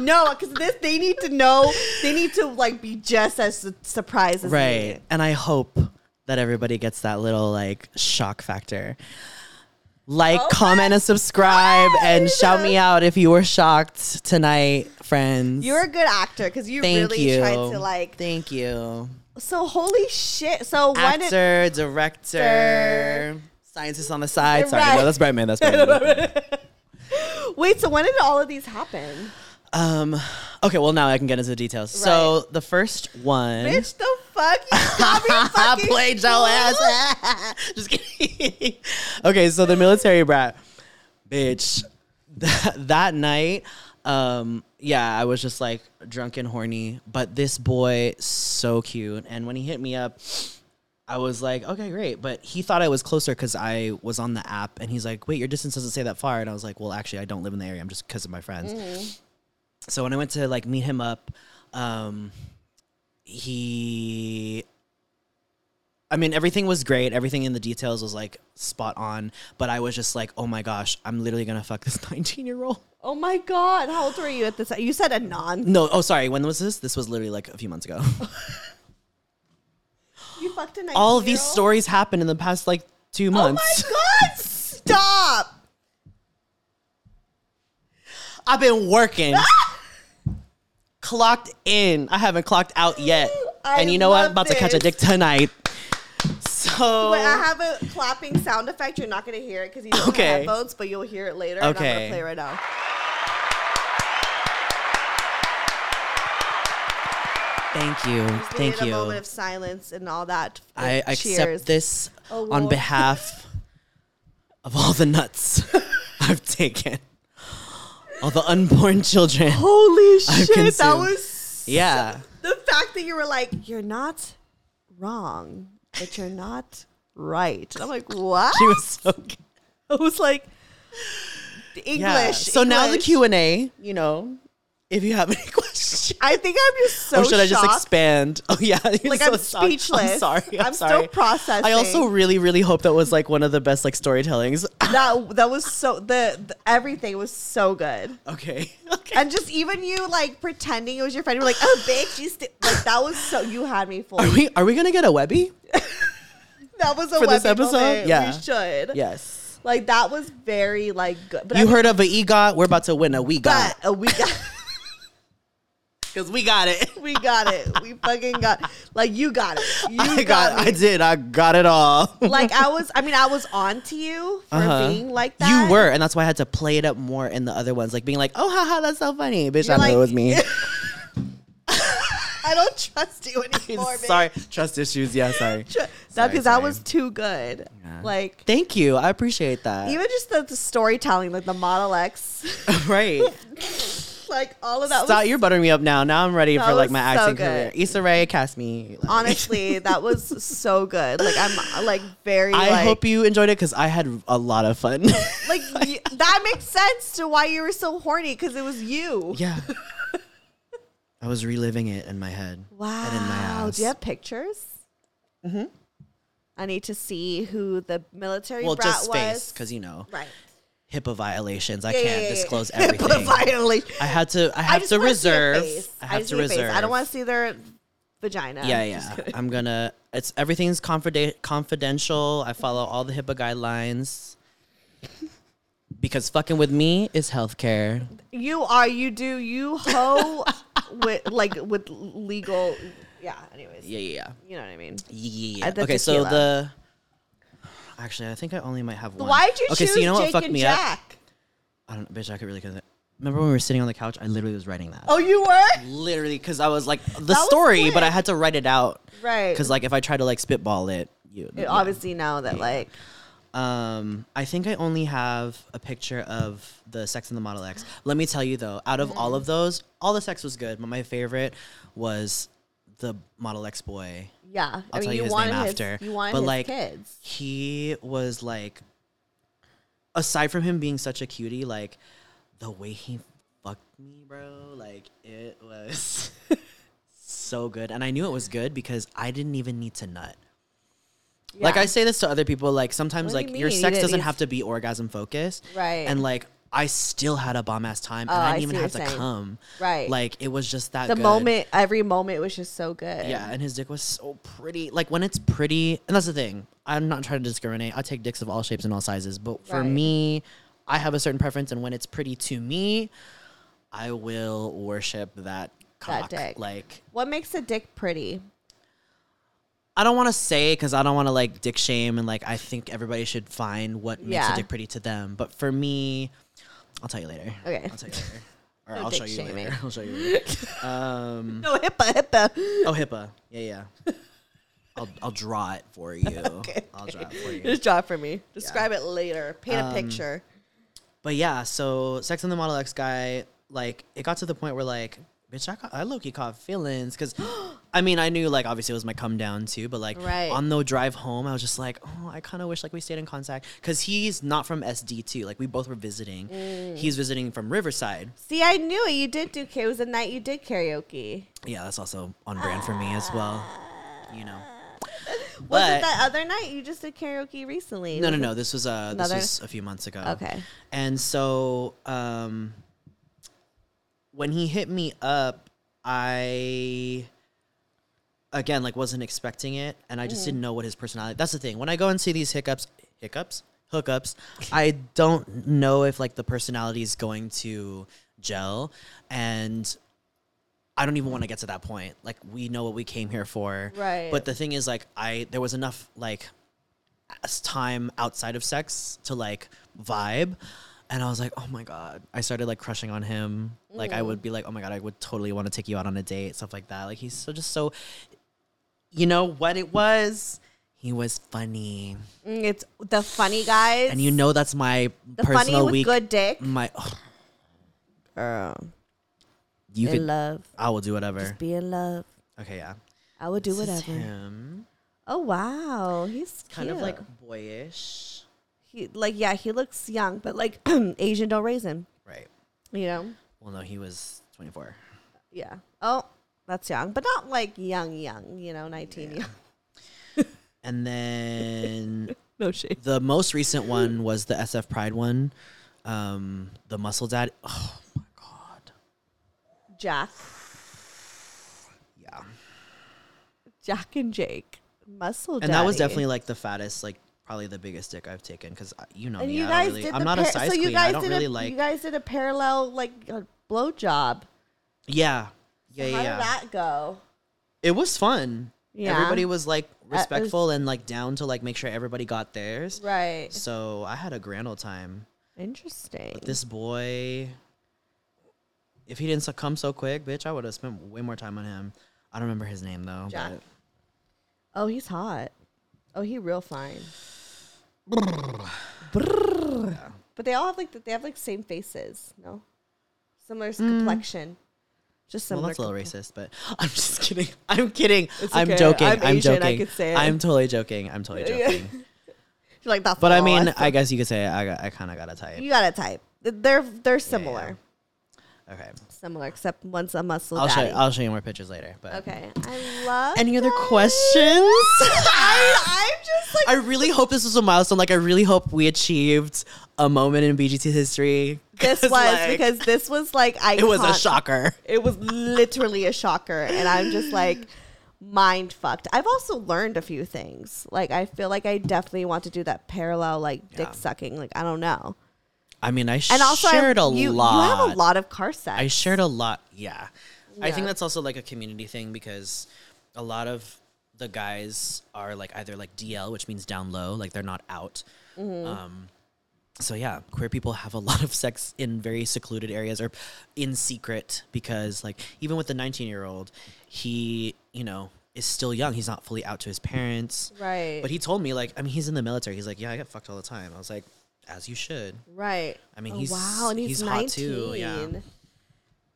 no, because this they need to know. They need to like be just as su- surprised as me. Right. And I hope that everybody gets that little like shock factor. Like, comment, and subscribe, and shout me out if you were shocked tonight, friends. You're a good actor because you Thank really you. tried to like. Thank you. So holy shit! So when did Actor, director, scientist on the side. Sorry, Right. no, that's Brightman. That's Brightman. wait? So when did all of these happen? um, okay, well now I can get into the details. So the first one, Bitch, the fuck you got me I fucking played your ass. Just kidding. okay, so the military brat, bitch. That, that night, um, yeah, I was just like drunk and horny. But this boy, so cute, and when he hit me up, I was like, okay, great. But he thought I was closer because I was on the app, and he's like, wait, your distance doesn't say that far. And I was like, well, actually, I don't live in the area. I'm just because of my friends. So when I went to like meet him up, um, he I mean, everything was great. Everything in the details was like spot on. But I was just like, oh my gosh, I'm literally gonna fuck this 19 year old. Oh my god! How old were you at this? You said a non. No, oh sorry, when was this? This was literally like a few months ago. You fucked a All these 19-year-old? stories happened in the past like two months. Oh my god! Stop. I've been working. clocked in. I haven't clocked out yet. I and you know what? I'm love about to catch a this. dick tonight. So Wait, I have a clapping sound effect. You're not gonna hear it because you don't Oh. Okay. have headphones, but you'll hear it later. And I'm Okay. gonna play right now. thank you. We Thank need you. A moment of silence and all that. I accept Cheers. this Oh, on Lord. behalf of all the nuts I've taken, all the unborn children. Holy shit! That consumed. was Yeah, the fact that you were like, you're not wrong, but you're not right. And I'm like, what? she was so good. I was like, English. Yeah. So now the English. Q and A. You know, if you have any questions, I think I'm just so. or should I just shocked. expand? Oh yeah, you're Like, so I'm sorry. speechless. I'm sorry. I'm, I'm still sorry. processing. I also really, really hope that was like one of the best like storytellings. That that was so the, the everything was so good. okay. Okay. And just even you like pretending it was your friend, you were like, "Oh, bitch, you st-. like that was so you had me fooled." are we are we gonna get a Webby? that was a for this Webby episode? moment. Yeah. we should. Yes. like that was very like good. But you I heard of a EGOT? We're about to win a we got got a we got because we got it. we got it. We fucking got like you got it. You I got, got, I me. did, I got it all. like I was. I mean, I was on to you for Uh-huh. being like that. You were, and that's why I had to play it up more in the other ones, like being like, "Oh, haha, that's so funny, bitch." You're I know like- it was me. I don't trust you anymore. babe. sorry, trust issues. Yeah, sorry. Tr- Sorry, that because that sorry. was too good. Yeah. Like Thank you. I appreciate that. even just the, the storytelling, like the Model X, right. like all of that. Stop, was, you're buttering me up now. Now I'm ready That for like was my so acting career. good. Issa Rae, cast me. Like- honestly, that was so good. Like I'm like very. I like, hope you enjoyed it because I had a lot of fun. like y- that makes sense to why you were so horny because it was you. yeah. I was reliving it in my head. Wow. And in my ass. Do you have pictures? Mm-hmm. I need to see who the military Well, brat just face was. because you know right. HIPAA violations. I Yeah, yeah, can't yeah, yeah. disclose But everything. violation. I had to. I have just to wanna see their reserve. face. I have just to need a face. reserve. I don't want to see their vagina. Yeah, yeah. I'm gonna. It's everything's confide- confidential. I follow all the HIPAA guidelines because fucking with me is healthcare. You are. You do. You hoe with like with legal. Yeah. Anyways. Yeah, yeah, yeah. You know what I mean. Yeah. Add the okay, so tequila. the actually, I think I only might have one. Why would you okay, choose so you know what Jake fucked and me up? Jack? I don't, bitch. I could really. Cause remember when we were sitting on the couch? I literally was writing that. Oh, you were Literally, because I was like the was story, but I quick. had to write it out. right. Because like if I try to like spitball it, you It- yeah. obviously now that like Um, I think I only have a picture of the Sex and the Model X. Let me tell you though, out of all of those, all the sex was good, but my favorite was the Model X boy. yeah. I'll tell you his wanted name after. You wanted but his like, kids. he was like, aside from him being such a cutie, like the way he fucked me, bro, like it was so good, and I knew it was good because I didn't even need to nut. Like Yeah. I say this to other people, like sometimes What do like you your mean? sex It doesn't is- have to be orgasm focused, Right. And like I still had a bomb ass time, Oh, and I I didn't even see have what to you're saying. come, Right. Like it was just that the good. moment every moment was just so good Yeah, and his dick was so pretty. Like when it's pretty, and that's the thing. I'm not trying to discriminate. I take dicks of all shapes and all sizes, but for Right. me, I have a certain preference, and when it's pretty to me, I will worship that cock. dick. Like what makes a dick pretty I don't want to say because I don't want to like dick shame, and like I think everybody should find what makes Yeah. a dick pretty to them. But for me, I'll tell you later. Okay. I'll tell you later. Or No I'll dick show you shaming. later. I'll show you later. um, no hippa hippa Oh, HIPAA. Yeah, yeah. I'll, I'll draw it for you. I'll draw it for you. just draw it for me describe it later paint Um, a picture But yeah, so Sex and the Model X guy, like, it got to the point where, like, bitch, I, caught, I low key caught feelings. Cause I mean, I knew, like, obviously it was my come down too, but like, Right. on the drive home, I was just like, oh, I kind of wish, like, we stayed in contact. Cause he's not from SD too. Like, we both were visiting. Mm. He's visiting from Riverside. see i knew it you did do it was a night you did karaoke Yeah, that's also on brand for me as well. You know. was But- it that other night you just did karaoke recently No, no, Was no. This was uh, this Another- was a few months ago. Okay. And so, um, when he hit me up, I again like wasn't expecting it, and I just didn't know what his personality. That's the thing. When I go and see these hiccups, hiccups, hookups, I don't know if like the personality is going to gel, and I don't even want to get to that point. Like we know what we came here for. Right. But the thing is like I there was enough like s- time outside of sex to like vibe and I was like, "Oh my god." I started like crushing on him. Like I would be like, "Oh my god, I would totally want to take you out on a date." Stuff like that. Like he's so just so you know what it was? He was funny. it- Mm, it's the funny guys And you know that's my the funny personal with weak good dick my oh, girl you in could love I will do whatever. just be in love okay, yeah. i would do This is whatever him. oh wow he's kind of cute. like boyish. he like yeah he looks young but like asian don't raise him Right. you know Well, no, he was 24. Yeah. Oh, that's young, but not like young, young. You know, nineteen. Young. And then No shade. the most recent one was the SF Pride one, um, the Muscle Dad. Oh my God. Jack, Yeah. Jack and Jake, muscle. And that was daddy. definitely like the fattest, like probably the biggest dick I've taken because you know And me. you I guys don't really, did. I'm the not a par- size so you queen. guys I don't did really a, like. You guys did a parallel like a blowjob. yeah. Yeah, yeah, How yeah. did that go? it was fun. Yeah. Uh, Everybody was like respectful and like down to like make sure everybody got theirs. Right. So I had a grand old time. Interesting. this boy if he didn't succumb so quick bitch i would have spent way more time on him i don't remember his name though Jack. but Oh, he's hot. Oh, he real fine. But they all have like the- they have like same faces, no? Similar s- complexion. Just Mm. Well, similar. that's a little racist, but I'm just kidding. I'm kidding. I'm okay. joking. I'm I'm, Asian, I joking. could say it. I'm totally joking. I'm totally joking. You're like that's. But I all mean, us. I guess you could say I got, I kind of got a type. you got a type. They're they're similar, Okay, similar, except one's a muscle I'll show daddy. you, I'll show you more pictures later. But Okay, I love. any other questions? I, I'm just like I really hope this was a milestone. Like, I really hope we achieved a moment in BGT history. this 'Cause, was like, because this was like I. it was a shocker. It was literally a shocker, and I'm just like mind fucked. I've also learned a few things. Like I feel like I definitely want to do that parallel, like dick sucking. Like I don't know. I mean, I And also, I- shared a you, lot. You have a lot of car sex. I shared a lot. Yeah. I Yeah. think that's also like a community thing because a lot of the guys are like either like DL, which means down low, like they're not out. Mm-hmm. Um, so yeah, queer people have a lot of sex in very secluded areas or in secret because like even with the 19 year old, he, you know, is still young. He's not fully out to his parents. right, But he told me like, I mean, he's in the military. He's like, yeah, I get fucked all the time. I was like, as you should. right. I mean, Oh, he's wow, and he's, he's 19. hot too. Yeah.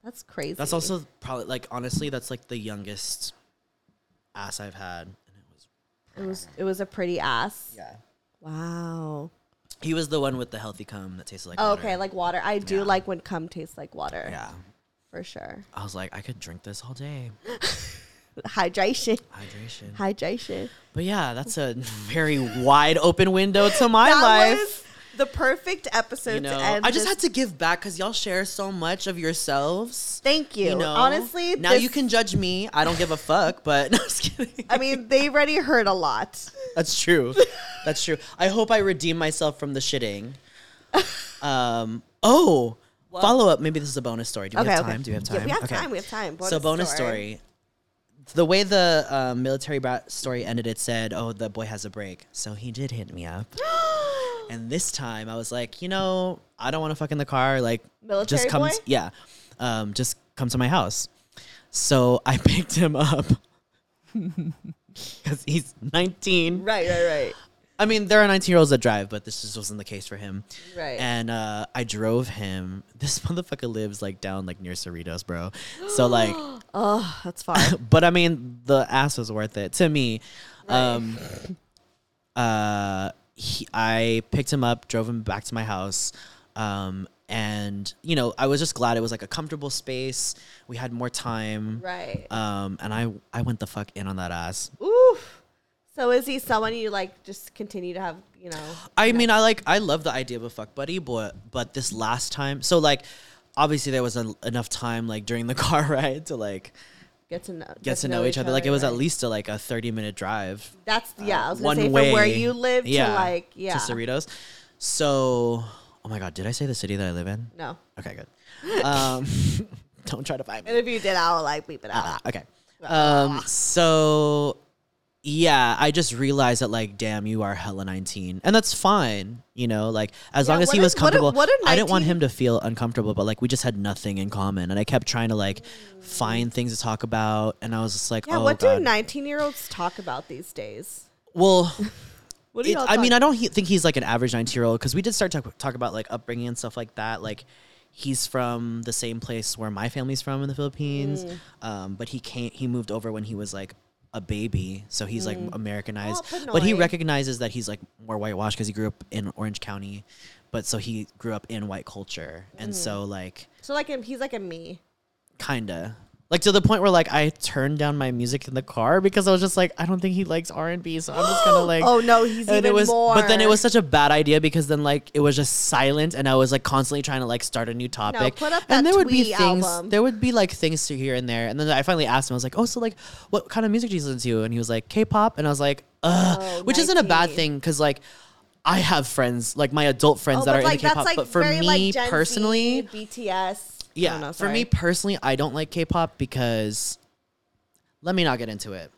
That's crazy. That's also probably like honestly, that's like the youngest ass I've had. And it was it was it was a pretty ass. yeah. Wow. He was the one with the healthy cum that tasted like Oh, water. okay, like water. I do Yeah. like when cum tastes like water. yeah. for sure. I was like, I could drink this all day. Hydration. Hydration. Hydration. But yeah, that's a very wide open window to my that life. was the perfect episode you know, to end. I just this- had to give back because y'all share so much of yourselves. Thank you. You know, Honestly, now you this- can judge me. I don't give a fuck, but no, I'm just kidding. I mean, they already heard a lot. That's true. That's true. I hope I redeem myself from the shitting. Um. Oh, follow up. Maybe this is a bonus story. Do we Okay, have okay. time? Do we have time? Yeah, we have Okay. time. We have time. so bonus story. The way the uh, military brat story ended, it said, "Oh, the boy has a break," so he did hit me up. and this time, I was like, you know, I don't want to fuck in the car. Like, Military just come, boy? yeah, um, just come to my house. So I picked him up because he's 19. Right, right, right. I mean, there are 19 year olds that drive, but this just wasn't the case for him. Right. And uh, I drove him. This motherfucker lives like down like near Cerritos, bro. So like, Oh, that's far. but I mean, the ass was worth it to me. Um, uh, he, I picked him up, drove him back to my house. Um, and you know, I was just glad it was like a comfortable space. We had more time. right. Um, and I I went the fuck in on that ass. Oof. So is he someone you like just continue to have, you know? I mean, I like I love the idea of a fuck buddy, but but this last time, so like obviously there was en- enough time like during the car ride to like Get to know, get to know each other. Like it was at right? least a, like a thirty minute drive, that's yeah. I was gonna one say way from where you live Yeah, to like yeah. to Cerritos. So oh my god, did I say the city that I live in? no, Okay, good. Um, don't try to find me. and if you did, I would like bleep it out. Ah, okay. Um, so yeah, I just realized that like, damn, you are hella nineteen, and that's fine. You know, like as long as what he a- was what a- comfortable. what a I didn't want 19 him to feel uncomfortable, but like we just had nothing in common, and I kept trying to like find things to talk about, and I was just like, Yeah, oh what do god. nineteen-year-olds talk about these days? well, What do it, y'all? I mean, talk- I don't he- think he's like an average nineteen year old because we did start talk talk about like upbringing and stuff like that, like. He's from the same place where my family's from in the Philippines, Mm. um, but he can't. He moved over when he was like a baby, so he's like Americanized. Oh, but he Pinoy. recognizes that he's like more whitewashed because he grew up in Orange County, but so he grew up in white culture, and so Mm. like so like him, he's like a me. kinda like to the point where like I turned down my music in the car because I was just like I don't think he likes R and B, so I'm just gonna like Oh no, he's and even it was more. but then it was such a bad idea because then like it was just silent and i was like constantly trying to like start a new topic put up and that there would be Twee things album. there would be like things to hear and there and then i finally asked him i was like oh so like what kind of music do you listen to and he was like k-pop and i was like ugh Oh, which isn't a bad 19. thing because like i have friends like my adult friends Oh, that but, are like, into that's, k-pop like, but for very, like, me Gen Z, personally BTS. I yeah don't know, for me sorry. personally i don't like k-pop because let me not get into it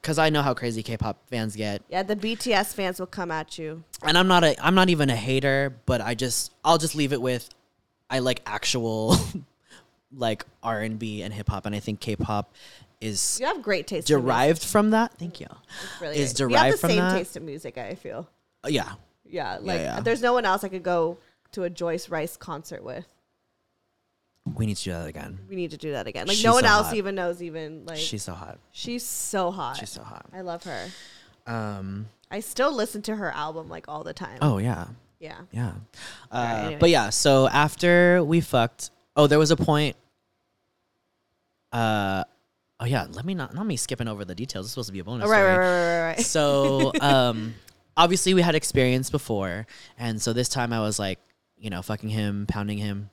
because i know how crazy k-pop fans get yeah, the BTS fans will come at you. and I'm not a I'm not even a hater, but I just I'll just leave it with I like actual like R and B and hip hop, and I think K-pop is You have great taste. in music, derived from that. Thank you. really is great. derived you have the from same that. Oh, taste in music. I feel Yeah, Yeah, like yeah. there's no one else I could go to a Joyce Rice concert with. We need to do that again. We need to do that again. Like She's no one so else hot. even knows. Even like She's so hot. she's so hot. She's so hot. I love her. Um. I still listen to her album like all the time. Oh yeah. yeah. Yeah. Uh, Alright, But yeah, so after we fucked, oh, there was a point. Uh, oh yeah, let me not not me skipping over the details. This is supposed to be a bonus. Oh, right, right, story. right, right, right, right. So, um, obviously we had experience before, and so this time I was like, you know, fucking him, pounding him,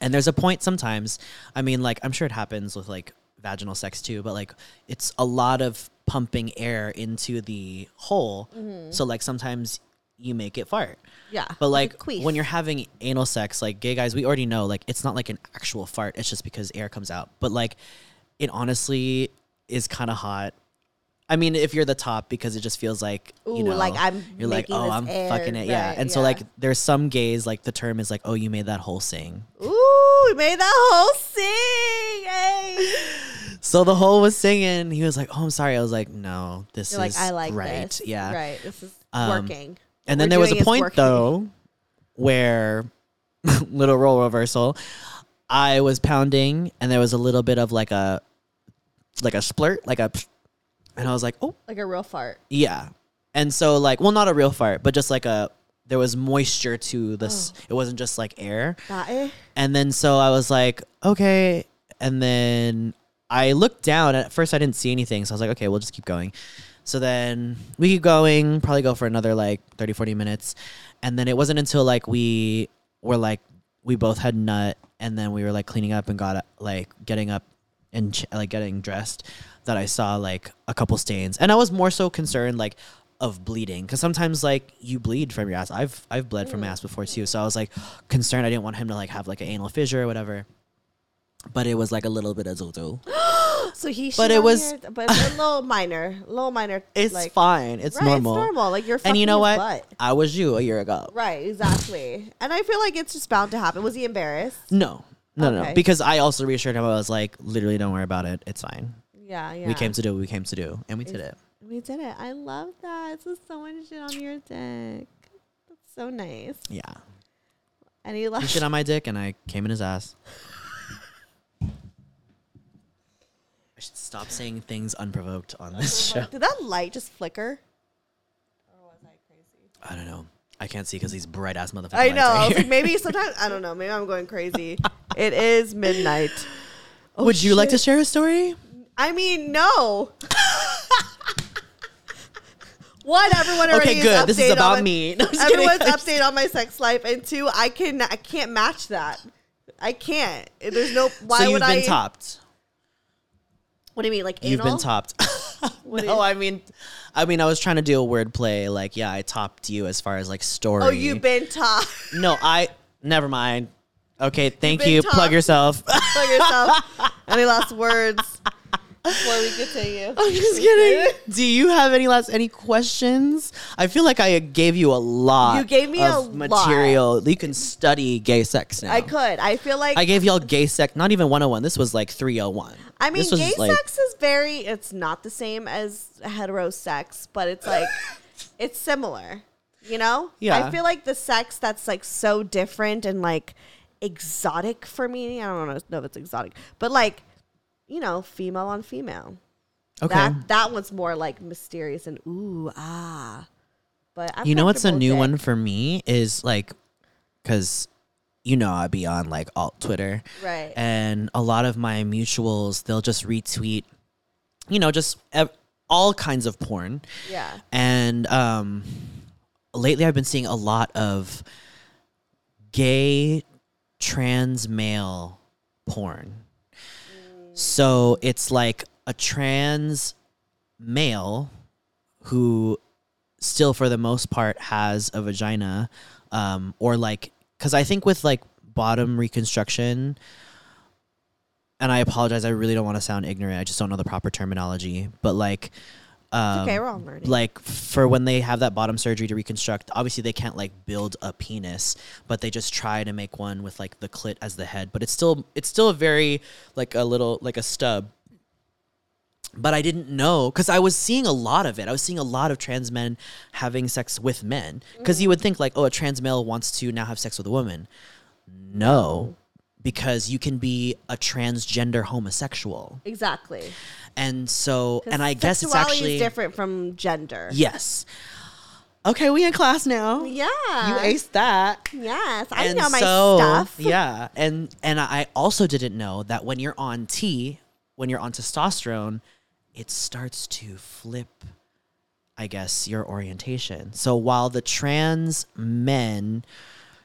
and there's a point sometimes. I mean, like I'm sure it happens with like vaginal sex too, but like it's a lot of pumping air into the hole. So like sometimes you make it fart. Yeah, But like like a queef. when you're having anal sex, like gay guys, we already know like it's not like an actual fart. It's just because air comes out. But like it honestly is kind of hot. I mean, if you're the top, because it just feels like Ooh, you know, like I'm you're like, making oh, this I'm air, fucking it, yeah. right, And so yeah. like, there's some gays like the term is like, oh, you made that whole sing. Ooh, we made that whole sing. Hey. So the whole was singing. He was like, oh, I'm sorry. I was like, no, this You're is like, I like right, this. yeah, Right. This is Um, working. And then What we're there was doing a is point working. though where little role reversal. I was pounding and there was a little bit of like a like a splurt, like a psh, and I was like, "Oh, Like a real fart. yeah." And so like, well not a real fart, but just like a there was moisture to Oh. this. It wasn't just like air. That eh? And then so I was like, okay. And then I looked down. At first, I didn't see anything. So I was like, okay, we'll just keep going. So then we keep going, probably go for another like 30, 40 minutes. And then it wasn't until like we were like, we both had nut. And then we were like cleaning up and got uh, like getting up and ch- like getting dressed that I saw like a couple stains. And I was more so concerned like, of bleeding because sometimes like you bleed from your ass. I've I've bled from my Mm. ass before too, so I was like concerned. I didn't want him to like have like an anal fissure or whatever. But it was like a little bit of zozo. So he. But it shit on was- your- but a little minor, little minor. It's like, fine. It's right, normal. It's normal. Like you're. And you know what? fucking his butt. I was you a year ago. Right. Exactly. and I feel like it's just bound to happen. Was he embarrassed? No, no, no, Okay. no. Because I also reassured him. I was like, literally, don't worry about it. It's fine. Yeah. Yeah. We came to do. what We came to do, and we did it. We did it. I love that. This is so much shit on your dick. That's so nice. Yeah. And he He left. shit on my dick, and I came in his ass. I should stop saying things unprovoked on this show. Did that light just flicker? I don't know. I can't see because these bright ass motherfuckers. I know. I was like, Right here. maybe sometimes I don't know. Maybe I'm going crazy. it is midnight. Would you like to share a story? I mean, no. One, everyone already Okay, is good. This is updated on about my- me. No, I'm just kidding. everyone's update on my sex life, and two, I can I can't match that. I can't. There's no. Why so you've would been I? topped. What do you mean, like You've anal? been topped. no, I mean, I mean, I was trying to do a wordplay. Like, yeah, I topped you as far as like story. Oh, you've been top. No, I. Never mind. Okay, thank been you. Plug topped. yourself. Tell yourself. Any last words before we continue? I'm just kidding. Do you have any last any questions? I feel like I gave you a lot. You gave me a of lot. material. You can study gay sex now. I could. I feel like I gave y'all gay sex, not even 101. This was like 301. I mean, This was gay like- sex is very, it's not the same as heterosex, but it's like, it's similar, you know? Yeah. I feel like the sex that's like so different and like exotic for me, I don't know, know if it's exotic, but like, you know, female on female. Okay. That, that one's more like mysterious and ooh, ah. But I'm you know what's a comfortable new with one it. for me is like, because you know I'd be on like alt Twitter. Right. And a lot of my mutuals, they'll just retweet, you know, just ev- all kinds of porn. Yeah. And um, lately I've been seeing a lot of gay trans male porn. So it's like a trans male who still for the most part has a vagina um, or like because i think with like bottom reconstruction and i apologize i really don't want to sound ignorant i just don't know the proper terminology but like um, okay, we're all learning. like for when they have that bottom surgery to reconstruct obviously they can't like build a penis but they just try to make one with like the clit as the head but it's still it's still a very like a little like a stub but I didn't know because I was seeing a lot of it. I was seeing a lot of trans men having sex with men because you would think like, oh, a trans male wants to now have sex with a woman. No, because you can be a transgender homosexual, Exactly. and so and I guess it's Sexuality actually is different from gender. yes. Okay, we in class now. Yeah. You aced that. Yes, I And know my stuff. Yeah, and and I also didn't know that when you're on T, when you're on testosterone, it starts to flip. I guess your orientation. So while the trans men,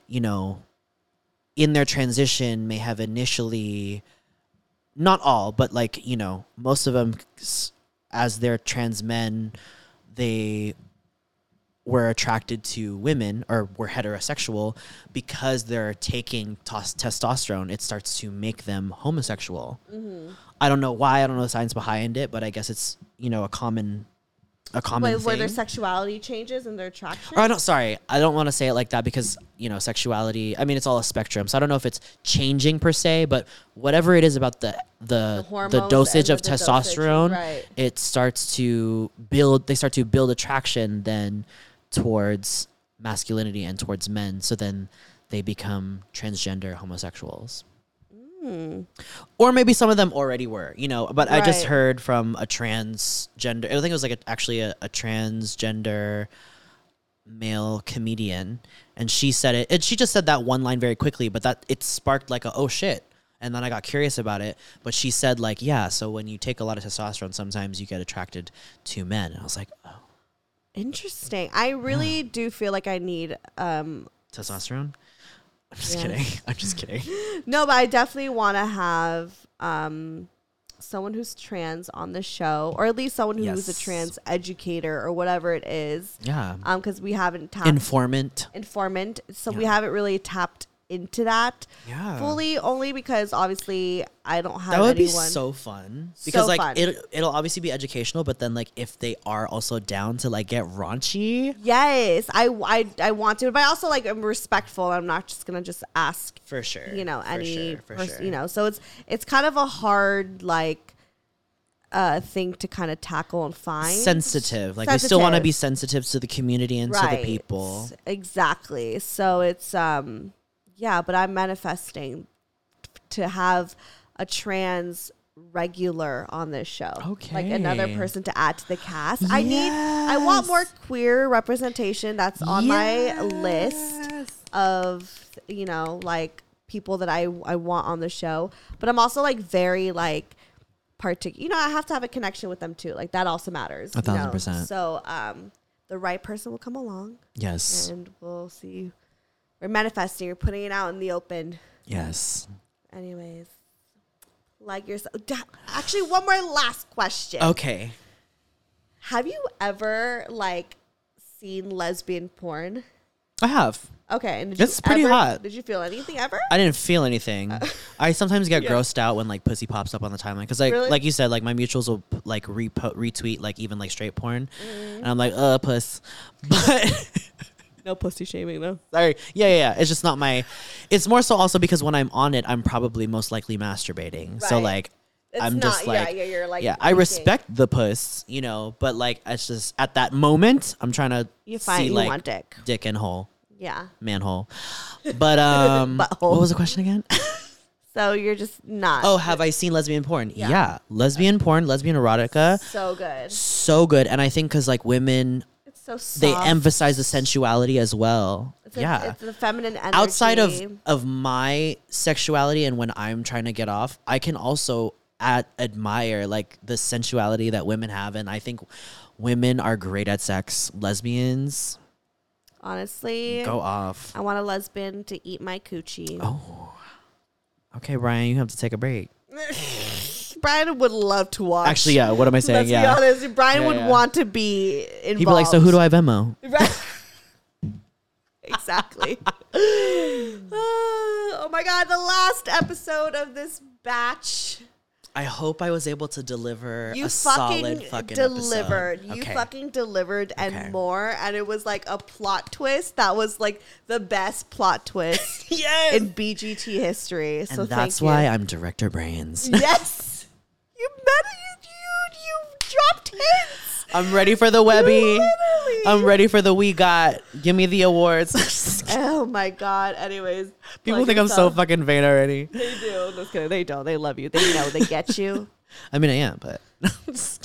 you know, in their transition may have initially, not all, but like you know, most of them, s- as they're trans men, they were attracted to women or were heterosexual because they're taking tos- testosterone it starts to make them homosexual i don't know why i don't know the science behind it but i guess it's you know a common a common Wait, where thing their sexuality changes and their attraction. or I don't sorry, I don't want to say it like that because you know sexuality. I mean, it's all a spectrum, so I don't know if it's changing per se, but whatever it is about the the the, hormones and dosage the- of the dosage, testosterone, right. it starts to build. They start to build attraction then towards masculinity and towards men. So then they become transgender homosexuals. Or maybe some of them already were, you know. But I just Right. heard from a transgender. I think it was like a, actually a, a transgender male comedian and she said it and she just said that one line very quickly but that it sparked like a oh shit and then i got curious about it but she said like yeah so when you take a lot of testosterone sometimes you get attracted to men and i was like oh Interesting. I really do feel like I need um testosterone i'm just kidding i'm just kidding no, but I definitely want to have um someone who's trans on the show or at least someone who's Yes. a trans educator or whatever it is. yeah Um cuz we haven't tapped informant informant, so we Yeah. haven't really tapped into that yeah fully only because obviously I don't have that would be anyone so fun because like fun. it it'll obviously be educational but then like if they are also down to like get raunchy Yes, I, I, I want to, but I also like am respectful. I'm not just gonna just ask for sure you know for any sure, for pers- sure. you know so it's it's kind of a hard like uh thing to kind of tackle and find sensitive. Like we still want to Sensitive. be sensitive to the community and to the people. exactly so it's uh, um yeah but i'm manifesting to have a trans regular on this show like another Okay. person to add to the cast i need i want more Yes. queer representation that's on my list of you know like people that I I want on the show, but I'm also like very like particular. You know, I have to have a connection with them too. Like that also matters. A you thousand know? percent. So um, the right person will come along, Yes. and we'll see. We're manifesting. We're putting it out in the open. Yes. Anyways, like yourself. Da- Actually, one more last question. Okay. Have you ever like seen lesbian porn? I have. Okay, and did It's pretty ever- hot. Did you feel anything ever? I didn't feel anything. I sometimes get grossed out when like pussy pops up on the timeline because like Really? like you said like my mutuals will p- like repo- retweet like even like straight porn and I'm like uh puss, but Mm-hmm. No pussy shaming though. sorry yeah, yeah yeah it's just not my. It's more so also because when I'm on it I'm probably most likely masturbating so Right. like It's I'm not, just like yeah, yeah, you're like yeah, I thinking. respect the puss, you know, but like it's just at that moment I'm trying to You find see you like want dick. dick and hole, Yeah. manhole. But um what Butthole. was the question again? So you're just not. oh, have I seen lesbian porn? Yeah. Lesbian porn, lesbian erotica, so good. so good. And I think cuz like women It's so soft. they emphasize the sensuality as well. It's like- yeah. it's the feminine energy. outside of of my sexuality and when I'm trying to get off, I can also at, admire like the sensuality that women have, and I think women are great at sex. Lesbians honestly, go off. Oh. I want a lesbian to eat my coochie. Okay, Brian, you have to take a break. Brian would love to watch. Actually, yeah. What am I saying? Let's yeah, be honest. Brian Yeah, would yeah. want to be involved. he'd be like, "So who do I Venmo?" Right. exactly. oh my god, the last episode of this batch. I hope I was able to deliver You a fucking solid fucking delivered. episode. You Okay. fucking delivered and Okay. more. And it was like a plot twist that was like the best plot twist yes. in BGT history. and So that's thank you. why I'm director brains. yes, you better you, you you intense. I'm ready for the Webby. I'm ready for the We Got. Give me the awards. Just kidding. Oh my god. Anyways, People plug think I'm so yourself. fucking vain already. They do. Just kidding. They don't. They love you. They know. They get you. I mean, I am, but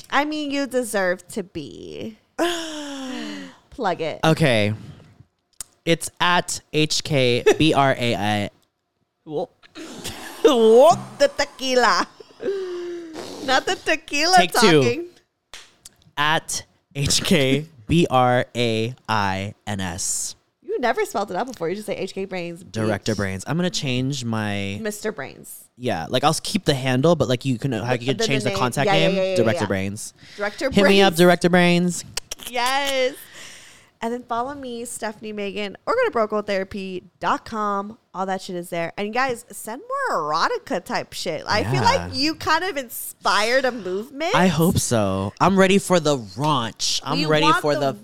I mean, you deserve to be. Plug it. okay. It's at HKBRAI. Whoop. Whoop the tequila. Not the tequila Take two. talking. At HKBRAINS. You never spelled it out before. You just say HK Brains. bitch. Director Brains. I'm going to change my. Mr. Brains. Yeah, like I'll keep the handle, but like you can how you can The- the change the, name. contact Yeah, yeah, name. yeah, yeah, Director yeah. Brains. Director Hit Brains. me up, Director Brains. Yes. And then follow me, Stephanie Megan, or go to brocotherapy.com. All that shit is there. And you guys, send more erotica type shit. I feel like Yeah. you kind of inspired a movement. I hope so. I'm ready for the raunch. I'm We ready want for the.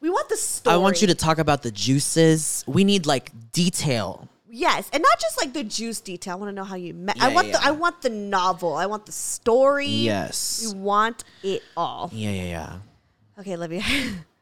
We want the story. I want you to talk about the juices. We need like detail. Yes, and not just like the juice detail. I want to know how you met. I Yeah, want the yeah. I want the novel. I want the story. Yes. We want it all. Yeah, yeah, yeah. Okay, love you.